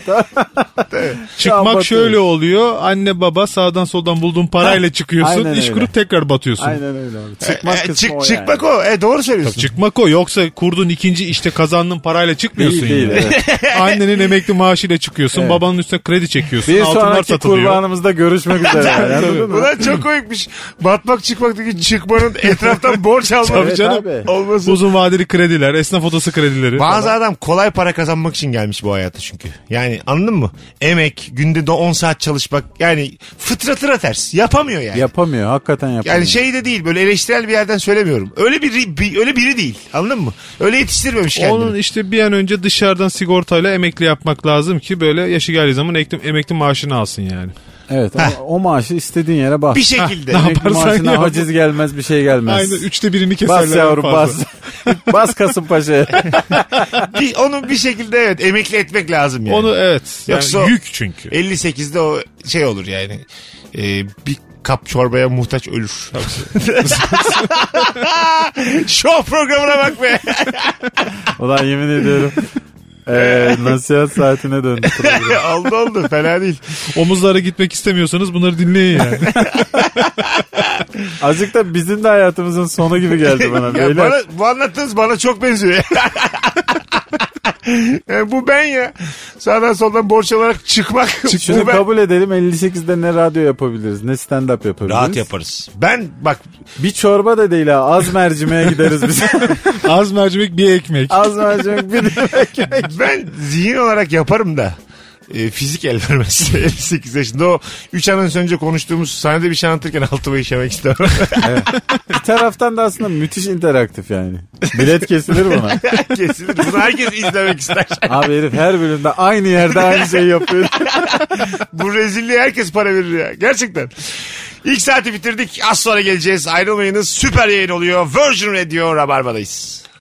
[SPEAKER 4] Çıkmak
[SPEAKER 3] batıyoruz.
[SPEAKER 4] şöyle oluyor. Anne baba sağdan soldan bulduğun parayla çıkıyorsun.
[SPEAKER 3] aynen
[SPEAKER 4] iş
[SPEAKER 3] öyle.
[SPEAKER 4] kurup tekrar batıyorsun.
[SPEAKER 3] Aynen öyle abi. Çıkmak
[SPEAKER 2] E,
[SPEAKER 3] kısmı
[SPEAKER 2] çık,
[SPEAKER 3] o yani.
[SPEAKER 2] çıkmak o. E, doğru söylüyorsun.
[SPEAKER 4] Çıkmak o. Yoksa kurduğun ikinci işte kazandığın parayla çıkmıyorsun.
[SPEAKER 3] (laughs) Değil, değil,
[SPEAKER 4] yani. (laughs) Annenin emekli maaşıyla çıkıyorsun.
[SPEAKER 3] Evet.
[SPEAKER 4] Babanın üstüne kredi çekiyorsun.
[SPEAKER 3] Bir
[SPEAKER 4] altınlar
[SPEAKER 3] sonraki
[SPEAKER 4] satılıyor.
[SPEAKER 3] kurbanımızda
[SPEAKER 4] (laughs)
[SPEAKER 3] görüşmek üzere. yani, anladın mı?
[SPEAKER 4] (laughs)
[SPEAKER 2] Ulan çok komikmiş. Batmak çıkmaktaki çıkmanın etraftan borç alma
[SPEAKER 3] Evet
[SPEAKER 4] canım.
[SPEAKER 3] abi.
[SPEAKER 2] Olmasın.
[SPEAKER 4] Uzun vadeli krediler, esnaf odası kredileri.
[SPEAKER 2] Bazı adam kolay para kazanmak için gelmiş bu hayata çünkü. Yani anladın mı? Emek, günde de 10 saat çalışmak yani fıtratına ters. Yapamıyor yani.
[SPEAKER 3] Yapamıyor hakikaten yapamıyor.
[SPEAKER 4] Hmm.
[SPEAKER 2] Yani şey de değil böyle eleştirel bir yerden söylemiyorum. Öyle bir, bir- öyle biri değil. Anladın mı? Öyle yetiştirmemiş kendini.
[SPEAKER 4] Onun işte bir an önce dışarıdan sigortayla emekli yapmak lazım ki böyle yaşı geldiği zaman emekli, emekli maaşını alsın yani.
[SPEAKER 3] Evet ama o maaşı istediğin yere bas.
[SPEAKER 2] Bir
[SPEAKER 4] (laughs)
[SPEAKER 2] şekilde.
[SPEAKER 4] ne yap-
[SPEAKER 3] Emekli
[SPEAKER 4] şey yaparsan
[SPEAKER 3] maaşına
[SPEAKER 4] yap.
[SPEAKER 3] haciz gelmez bir şey gelmez.
[SPEAKER 4] Aynen üçte birini keserler.
[SPEAKER 3] Bas yavrum
[SPEAKER 4] fazla.
[SPEAKER 3] bas. bas (laughs) Kasımpaşa'ya.
[SPEAKER 2] bir, onu bir şekilde evet emekli etmek lazım yani.
[SPEAKER 4] Onu evet. Yani
[SPEAKER 2] Yoksa-
[SPEAKER 4] yük çünkü.
[SPEAKER 2] 58'de o şey olur yani. Ee, bir kap çorbaya muhtaç ölür. (laughs) Show programına bak
[SPEAKER 4] (laughs)
[SPEAKER 2] be.
[SPEAKER 3] Ulan yemin ediyorum.
[SPEAKER 2] (laughs)
[SPEAKER 3] Ee, nasihat saatine döndü. program.
[SPEAKER 2] oldu oldu fena değil.
[SPEAKER 4] (laughs) Omuzlara gitmek istemiyorsanız bunları dinleyin (laughs) yani.
[SPEAKER 3] Azıcık da bizim de hayatımızın sonu gibi
[SPEAKER 2] (laughs)
[SPEAKER 3] geldi bana.
[SPEAKER 2] Ya
[SPEAKER 3] Beyler.
[SPEAKER 2] bana, bu anlattığınız bana çok benziyor. (laughs) E, bu ben ya. Sağdan soldan borç alarak çıkmak.
[SPEAKER 3] Şunu
[SPEAKER 2] bu ben.
[SPEAKER 3] kabul edelim 58'de ne radyo yapabiliriz ne stand-up yapabiliriz.
[SPEAKER 2] Rahat yaparız. Ben bak
[SPEAKER 3] Bir çorba da değil ha az mercimeğe
[SPEAKER 2] (laughs)
[SPEAKER 3] gideriz biz.
[SPEAKER 4] Az mercimek bir ekmek.
[SPEAKER 3] az mercimek bir dilim.
[SPEAKER 2] ben zihin olarak yaparım da e, fizik el vermez. 58 yaşında o 3 an önce konuştuğumuz sahnede bir şey anlatırken altıma işemek istemem. (laughs)
[SPEAKER 3] Bir taraftan da aslında müthiş interaktif yani. Bilet kesilir buna.
[SPEAKER 2] Kesinlikle. Bunu herkes izlemek ister.
[SPEAKER 3] Abi herif her bölümde aynı yerde aynı şeyi yapıyor.
[SPEAKER 2] Bu rezilliğe herkes para verir ya. Gerçekten. İlk saati bitirdik. Az sonra geleceğiz. Ayrılmayınız. Süper yayın oluyor. Virgin Radio Rabarba'dayız.